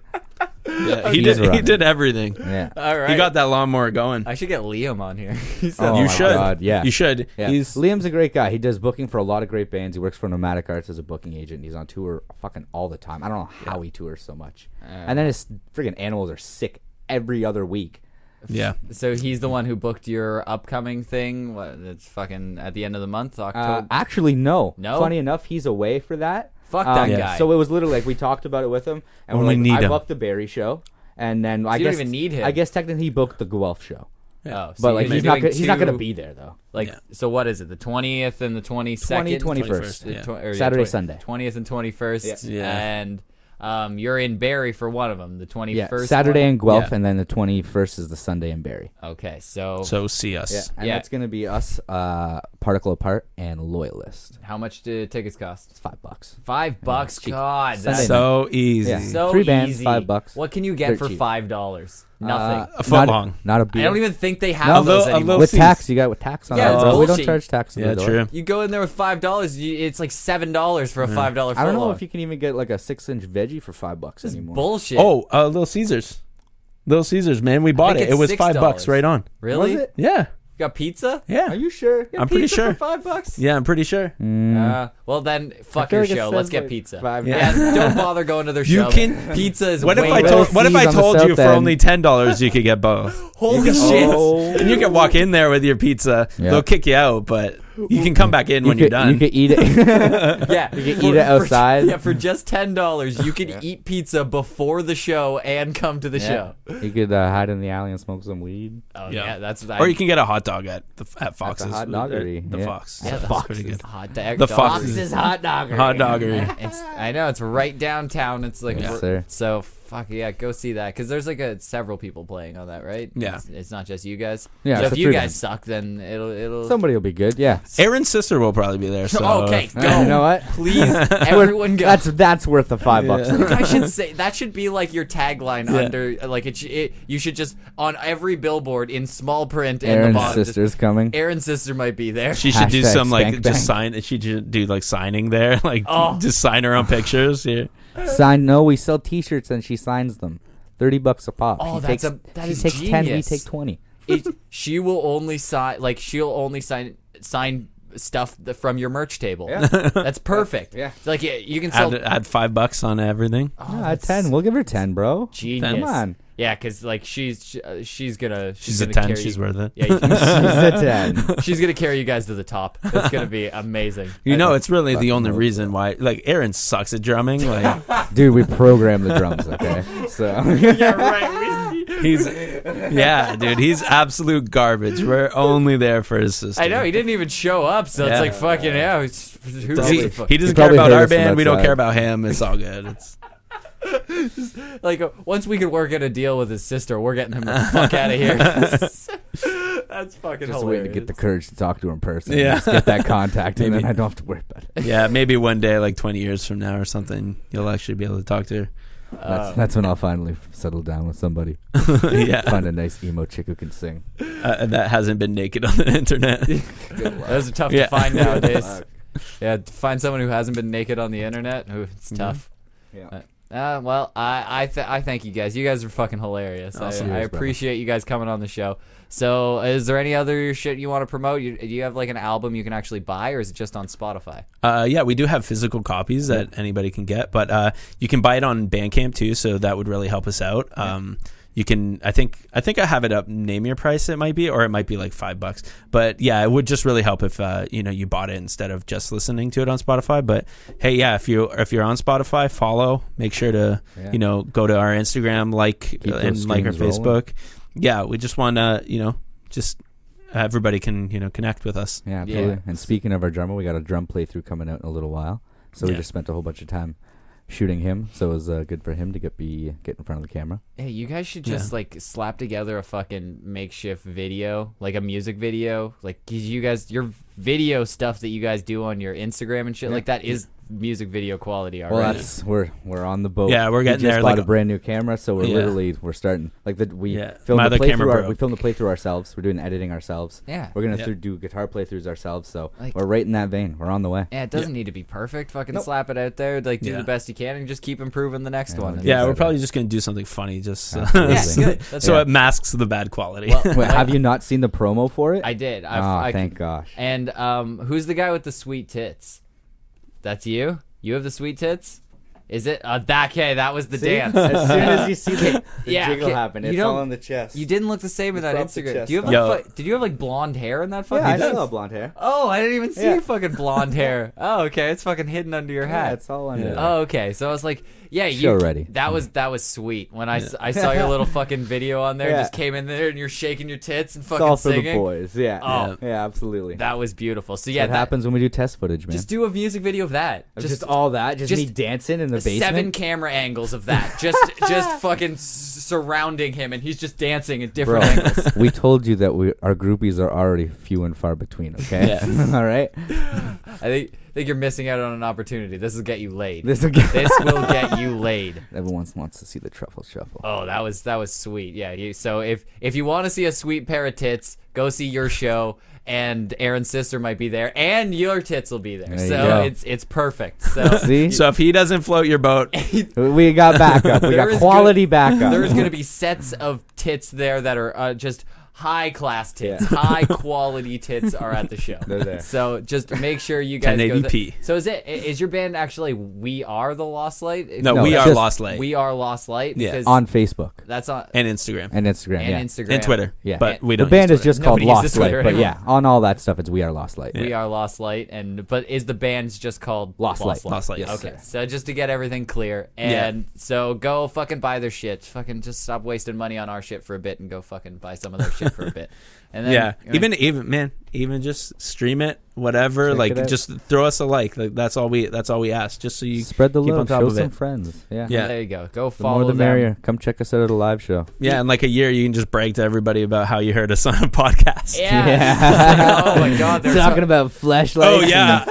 G: Yeah, he
H: He's
G: did he
H: running.
G: did everything.
H: Yeah.
F: All right.
G: He got that lawnmower going.
F: I should get Liam on here.
H: Oh
G: you
H: my
G: should.
H: God, yeah.
G: You should.
H: Yeah.
G: He's
H: Liam's a great guy. He does booking for a lot of great bands. He works for Nomadic Arts as a booking agent. He's on tour fucking all the time. I don't know how he tours so much. and then his freaking animals are sick every other week.
G: yeah.
F: so he's the one who booked your upcoming thing. What? It's fucking at the end of the month,
H: Uh,
F: October.
H: actually, no.
F: No?
H: Funny enough, he's away for that.
F: Fuck that
H: Um,
F: guy.
H: So it was literally like we talked about it with him, and
G: When
H: we're
G: we
H: like,
G: need
H: I
G: him.
H: booked the Barry show, and then I
F: you don't
H: guess
F: even need him.
H: I guess technically he booked the Guelph show,
F: oh, so
H: but like
F: you're
H: he's not
F: doing
H: gonna, he's not
F: two-
H: gonna be there though.
F: Like
G: Yeah.
F: so, what is it? The twentieth and the twenty second,
H: 21st,
G: yeah.
H: Saturday, Sunday.
F: twentieth and twenty first,
G: Yeah. Yeah.
F: and um, you're in Barry for one of them, the twenty
H: Yeah,
F: first
H: Saturday in Guelph,
G: Yeah.
H: and then the twenty first is the Sunday in Barry.
F: Okay, so,
G: So see us.
H: Yeah, and
F: Yeah.
H: that's gonna be us, uh, Particle Apart, and Loyalist.
F: how much do tickets cost?
H: It's five bucks.
F: Five bucks.
H: cheap.
F: God, that's
H: Uh, Sunday
G: So easy.
H: Yeah.
F: so
H: Mm. Three bands,
F: easy.
H: five bucks.
F: What can you get
H: Dirt
F: for
H: cheap.
F: five dollars? Nothing.
G: Uh, A foot
H: not,
G: long.
H: not a beer.
F: I don't even think they have
H: No. A
F: those
G: little- a
F: anymore.
G: little-
H: with tax. You got with tax on
F: Yeah,
H: that,
F: it's
H: bro. We don't
F: bullshit.
H: charge tax. On
G: Yeah,
H: the door.
G: true.
F: You go in there with five dollars, it's like seven dollars for a five dollar.
H: Mm. I don't know if you can even get like a six inch veggie for five bucks anymore.
F: bullshit.
G: Oh, uh, Little Caesars. Little Caesars, man. We bought
F: think it's
G: it. It was
F: $6.
G: five bucks right on.
F: really?
H: Was it?
G: Yeah.
F: You got pizza?
G: Yeah.
H: Are you Mm. sure?
G: I'm pretty
F: pizza
G: sure.
F: for five bucks.
G: Yeah, I'm pretty sure.
F: Uh, well then, fuck
H: feel
F: your
H: like it
F: show.
H: says,
F: Let's get
H: like,
F: pizza.
H: five
F: yeah, don't bother going to their
G: You
F: show.
G: can-
F: pizza is
G: What if
F: way
G: I
F: better.
G: told What if I
H: Seas on the
G: told you
H: south
G: for
H: end.
G: only ten dollars you could get both,
F: Holy shit!
G: and you can walk in there with your pizza.
H: Yeah.
G: They'll kick you out, but you can come back in when
H: you
G: you're
H: could,
G: done.
H: you could eat it.
F: Yeah,
H: You can eat it outside.
F: For, yeah, for just ten dollars, you can eat pizza before the show and come to the show.
H: you could uh, hide in the alley and smoke some weed.
F: Oh
G: Yeah.
F: yeah, that's what I,
G: or you can get a hot dog at the at Fox's.
H: hot doggery,
G: The
H: yeah.
G: Fox.
F: Yeah, the
G: That's
F: Fox
G: pretty
F: is
G: good.
F: hot dog.
G: The
F: dog.
G: Fox is-
F: hot dog.
G: Hot doggery.
F: It's I know it's right downtown. It's like
H: Yes, sir.
F: so fuck yeah, go see that because there's like a several people playing on that, right?
G: Yeah.
F: it's, it's not just you guys.
H: Yeah,
F: so
H: it's
F: if
H: a
F: you
H: free
F: guys
H: band.
F: suck, then it'll it'll.
H: Somebody will be good. Yeah.
G: Aaron's sister will probably be there. So
F: okay,
H: Uh,
F: go.
H: You know what?
F: Please, everyone go.
H: That's that's worth the five bucks.
F: I should say that should be like your tagline under like it, sh- it. You should just on every billboard in small print in the
H: Aaron's
F: bottom.
H: sister's
F: Just,
H: coming.
F: Aaron's sister might be there.
G: She should do
H: Hashtag
G: some like
H: spank
G: just
H: bank.
G: sign. She should do like signing there, like
F: Oh.
G: just sign her own pictures. Yeah.
H: Sign. No, we sell T-shirts and she signs them. Thirty bucks a pop.
F: Oh,
H: she
F: that's
H: takes,
F: a- that
H: she
F: is
H: takes ten. We
F: genius.
H: take twenty.
F: it, she will only sign like she'll only sign sign stuff th- from your merch table. That's perfect.
H: Yeah.
F: Like yeah, you can sell
G: Add, add five bucks on everything.
F: Oh,
H: Ah, ten. We'll give her ten, bro.
F: genius.
H: Come on.
F: Yeah, cuz like she's sh- uh, she's gonna she's,
G: She's a
F: gonna
G: ten.
F: carry
G: She's
F: you-
G: worth it.
F: Yeah, you-
H: She's a ten.
F: she's going to carry you guys to the top. It's going to be amazing.
G: You know, it's really the only reason why. Like Aaron sucks at drumming. Like
H: Dude, we program the drums. Okay, so
G: he's, yeah, dude, he's absolute garbage. We're only there for his sister.
F: I know he didn't even show up, so
G: Yeah.
F: it's like fucking yeah. it's- who gives
G: He,
F: a fuck?
G: he doesn't care
H: probably
G: about
H: heard
G: our
H: us from
G: band. We don't
H: outside.
G: care about him. It's all good. It's,
F: like uh, once we could work out a deal with his sister, we're getting him the fuck out of here. That's fucking
H: just waiting
F: hilarious.
H: to get the courage to talk to her in person.
G: Yeah.
H: Yeah, just get that contact, and
G: Maybe.
H: then I don't have to worry about it.
G: yeah, maybe one day, like twenty years from now or something, you'll actually be able to talk to her.
F: Uh,
H: That's, that's when I'll finally f- settle down with somebody.
G: yeah,
H: Find a nice emo chick who can sing.
G: uh, that hasn't been naked on the internet.
F: Those are tough
G: Yeah.
F: to find
H: Uh,
F: nowadays. yeah, to find someone who hasn't been naked on the internet, ooh, it's tough.
H: Yeah.
F: Uh, Uh, well, I I, th- I thank you guys. You guys are fucking hilarious. I,
H: Awesome.
F: I
H: Cheers, brother.
F: appreciate you guys coming on the show. So, is there any other shit you want to promote? You, do you have like an album you can actually buy, or is it just on Spotify?
G: Uh, yeah, we do have physical copies that anybody can get, but uh, you can buy it on Bandcamp too, so that would really help us out. Um, you can, I think, I think I have it up. Name your price, it might be, or it might be like five bucks. But yeah, it would just really help if uh, you know you bought it instead of just listening to it on Spotify. But hey, yeah, if you if you're on Spotify, follow. Make sure to
H: Yeah.
G: you know go to our Instagram, like
H: those
G: and like our
H: streams
G: Facebook.
H: rolling.
G: Yeah, we just want to you know just everybody can you know connect with us.
H: Yeah,
F: Yeah.
H: absolutely. And speaking of our drummer, we got a drum playthrough coming out in a little while. So we
G: Yeah.
H: just spent a whole bunch of time shooting him. So it was uh, good for him to get be get in front of the camera.
F: Hey, you guys should just like slap together a fucking makeshift video, like a music video, like 'cause you guys your video stuff that you guys do on your Instagram and shit like that is music video quality already.
H: Well, that's we're we're on the boat.
G: Yeah, we're
H: We
G: getting
H: just
G: there,
H: Bought
G: like-
H: a brand new camera, so we're
G: Yeah.
H: literally we're starting like the, we
G: Yeah.
H: filmed
G: My
H: the
G: other camera
H: playthrough. Our,
G: broke.
H: we filmed the playthrough ourselves. We're doing editing ourselves.
F: Yeah.
H: we're gonna
G: Yeah.
H: through- do guitar playthroughs ourselves. So
F: Like-
H: we're right in that vein. We're on the way.
F: yeah, it doesn't need to be perfect. Fucking slap it out there. Like do
G: Yeah.
F: the best you can and just keep improving the next
H: Yeah,
F: one.
H: okay.
G: Yeah,
H: Exactly.
G: we're probably just gonna do something funny, just uh,
H: Yeah,
G: so-
F: good. That's
G: so
F: good.
G: it masks the bad quality.
F: Well,
H: Wait, have you not seen the promo for it?
F: I did. I've,
H: Ah,
F: I,
H: thank gosh.
F: And um, who's the guy with the sweet tits? That's you. You have the sweet tits. Is it? Uh, that okay. That was the dance.
H: as soon as you see the, the
F: Yeah,
H: jiggle
F: okay,
H: happen,
F: you
H: it's
F: don't-
H: all in the chest.
F: You didn't look the same in that
H: dropped the
F: Instagram.
H: chest
F: Do you have
H: off.
F: like,
G: Yo.
F: fu- did you have like blonde hair in that fucking?
H: Yeah, I
F: thing?
H: still have blonde hair.
F: Oh, I didn't even see
H: Yeah.
F: you fucking blonde hair. Oh, okay, it's fucking hidden under your
H: Yeah,
F: hat.
H: it's all under. there.
F: Oh, okay. So I was like, yeah, you.
H: Show ready. Mm-hmm.
F: That was that was sweet. When I, s- I saw your little fucking video on there,
H: Yeah.
F: just came in there and you're shaking your tits and
H: It's
F: fucking
H: all for
F: singing.
H: the boys. Yeah.
F: Oh.
H: Yeah, absolutely.
F: That was beautiful. So yeah,
H: That
F: that-
H: happens when we do test footage, man.
F: Just do a music video of that.
H: Just, all that, just,
F: just
H: me dancing in the basement.
F: seven camera angles of that. Just just fucking s- surrounding him and he's just dancing at
H: Bro,
F: different angles.
H: we told you that we our groupies are already few and far between. Okay, all right.
F: I think think you're missing out on an opportunity. This will get you laid.
H: This will get-
F: This will get you laid.
H: Everyone wants to see the truffle shuffle.
F: Oh, that was that was sweet. Yeah. You, so if if you want to see a sweet pair of tits, go see your show, and Aaron's sister might be there, and your tits will be there.
H: you
F: so
H: go.
F: it's it's perfect. So
H: see,
G: so if he doesn't float your boat,
H: we got backup. We
F: There
H: got
F: is
H: quality
F: good-
H: backup.
F: There's going to be sets of tits there that are uh, just high class tits, high quality tits are at the show.
H: They're there.
F: So just make sure you guys go. there.
G: 1080p.
F: So is it i- is your band actually We Are the Lost Light?
G: no,
H: No,
G: we
H: it's
G: are
H: just-
G: lost late
F: We Are Lost Light.
G: Yeah.
F: because
H: on Facebook
F: that's on
G: and Instagram and,
H: and Instagram.
F: and
H: yeah.
F: Instagram
G: Twitter.
H: Yeah.
G: but we
H: The
G: don't.
H: band
G: use
H: is just called
F: Nobody uses
H: Lost Light,
F: Twitter
H: but
F: anymore.
H: yeah, on all that stuff, it's we are Lost Light.
F: We Are Lost Light, and but is the band just called
H: Lost Light.
G: Lost Light, yes,
F: okay,
G: sir.
F: so just to get everything clear, and so go fucking buy their shit. Fucking just stop wasting money on our shit for a bit, and go fucking buy some of their shit for a bit. And then,
G: yeah,
F: I mean,
G: even even man, even just stream it, whatever.
H: Check
G: like
H: it out.
G: just throw us a like. Like that's all we that's all we ask. Just so you
H: Spread the
G: keep
H: love.
G: on top
H: Show
G: of
H: some
G: it.
H: friends. Yeah.
G: Yeah.
F: there you go. Go
H: The
F: follow
H: more the
F: them.
H: merrier. Come check us out at a live show.
G: yeah, in like a year, you can just brag to everybody about how you heard us on a podcast.
F: Yeah.
H: Yeah.
F: It's like, oh my god, they're
H: Talking about flashlights
G: Oh, yeah.
H: and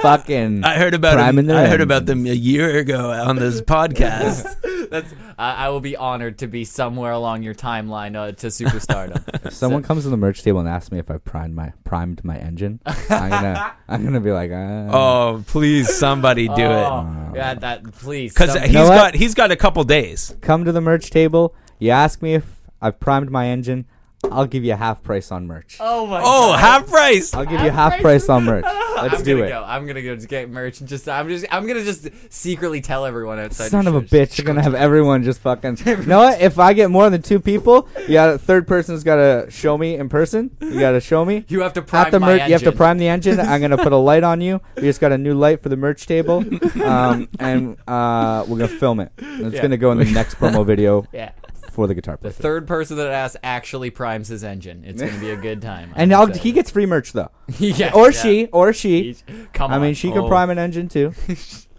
H: fucking.
G: I heard about
H: Prime in
G: them.
H: their
G: I heard about them
H: engines.
G: a year ago on this podcast.
F: That's, I I will be honored to be somewhere along your timeline uh, to superstardom.
H: Someone comes to the merch table and asks me if I primed my primed my engine. I'm gonna I'm gonna be like, uh,
G: oh, please, somebody do it.
F: oh, yeah, that please.
G: Because
F: some-
G: he's
H: know what?
G: got he's got a couple days.
H: come to the merch table. You ask me if I've primed my engine. I'll give you half price on merch.
F: oh my
G: Oh, half price.
H: I'll give you half price on merch. Let's
F: I'm
H: do
F: gonna
H: it.
F: Go. I'm gonna go to get merch and just I'm just I'm gonna just secretly tell everyone outside.
H: Son of
F: your
H: a
F: shows.
H: bitch! You're gonna have everyone just fucking. You know what? If I get more than two people, you got a third person's gotta show me in person. You gotta show me.
F: You have to prime
H: At the
F: my
H: merch, you have to
F: engine.
H: prime the engine. I'm gonna put a light on you. We just got a new light for the merch table, um, and uh, we're gonna film it. It's
F: Yeah.
H: gonna go in the next promo video
F: Yeah.
H: for the guitar
F: The
H: player.
F: third person that asks actually primes his engine. It's gonna be a good time.
H: And
F: I'm
H: I'll,
F: excited.
H: he gets free merch though,
F: Yeah,
H: or
F: yeah.
H: she, or she.
F: Each- Come
H: I
F: on.
H: mean, she can
F: Oh.
H: prime an engine too.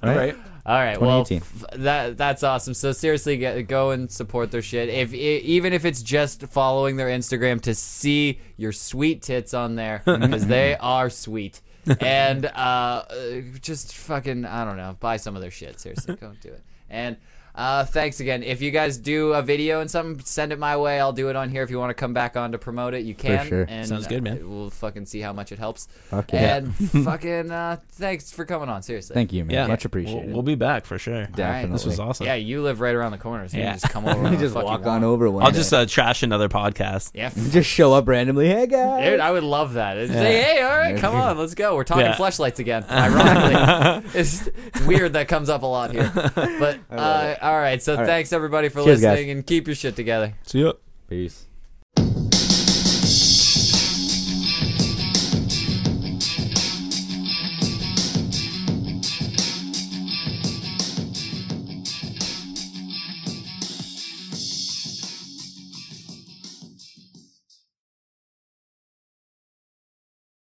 G: All
H: right.
G: right.
F: All right, well,
H: 2018.
F: f- that that's awesome. So seriously, get, go and support their shit. If i even if it's just following their Instagram to see your sweet tits on there, because they are sweet. and uh, uh, just fucking, I don't know, buy some of their shit. Seriously, go do it. And Uh, thanks again. If you guys do a video and something, send it my way. I'll do it on here. If you want to come back on to promote it, you can.
H: sure.
F: And,
G: Sounds good, man.
F: uh, we'll fucking see how much it helps.
H: Fuck yeah.
F: And fucking uh, thanks for coming on. Seriously.
H: Thank you, man.
G: Yeah,
H: Much appreciated.
G: We'll, we'll be back for sure.
F: All right.
H: Definitely.
G: This was awesome.
F: Yeah, you live right around the corner, so you
G: Yeah.
F: can just come over.
H: You just walk on over one
G: I'll
H: day.
G: just uh, trash another podcast.
F: Yeah. f-
H: just show up randomly. Hey guys.
F: Dude, I would love that. It's Say, hey, all right, come on, let's go. We're talking
G: Yeah.
F: flashlights again. Ironically, it's, it's weird that comes up a lot here. But uh, all right, so
H: right.
F: thanks everybody for
H: Cheers, guys.
F: listening and keep your shit together.
G: See ya.
H: Peace.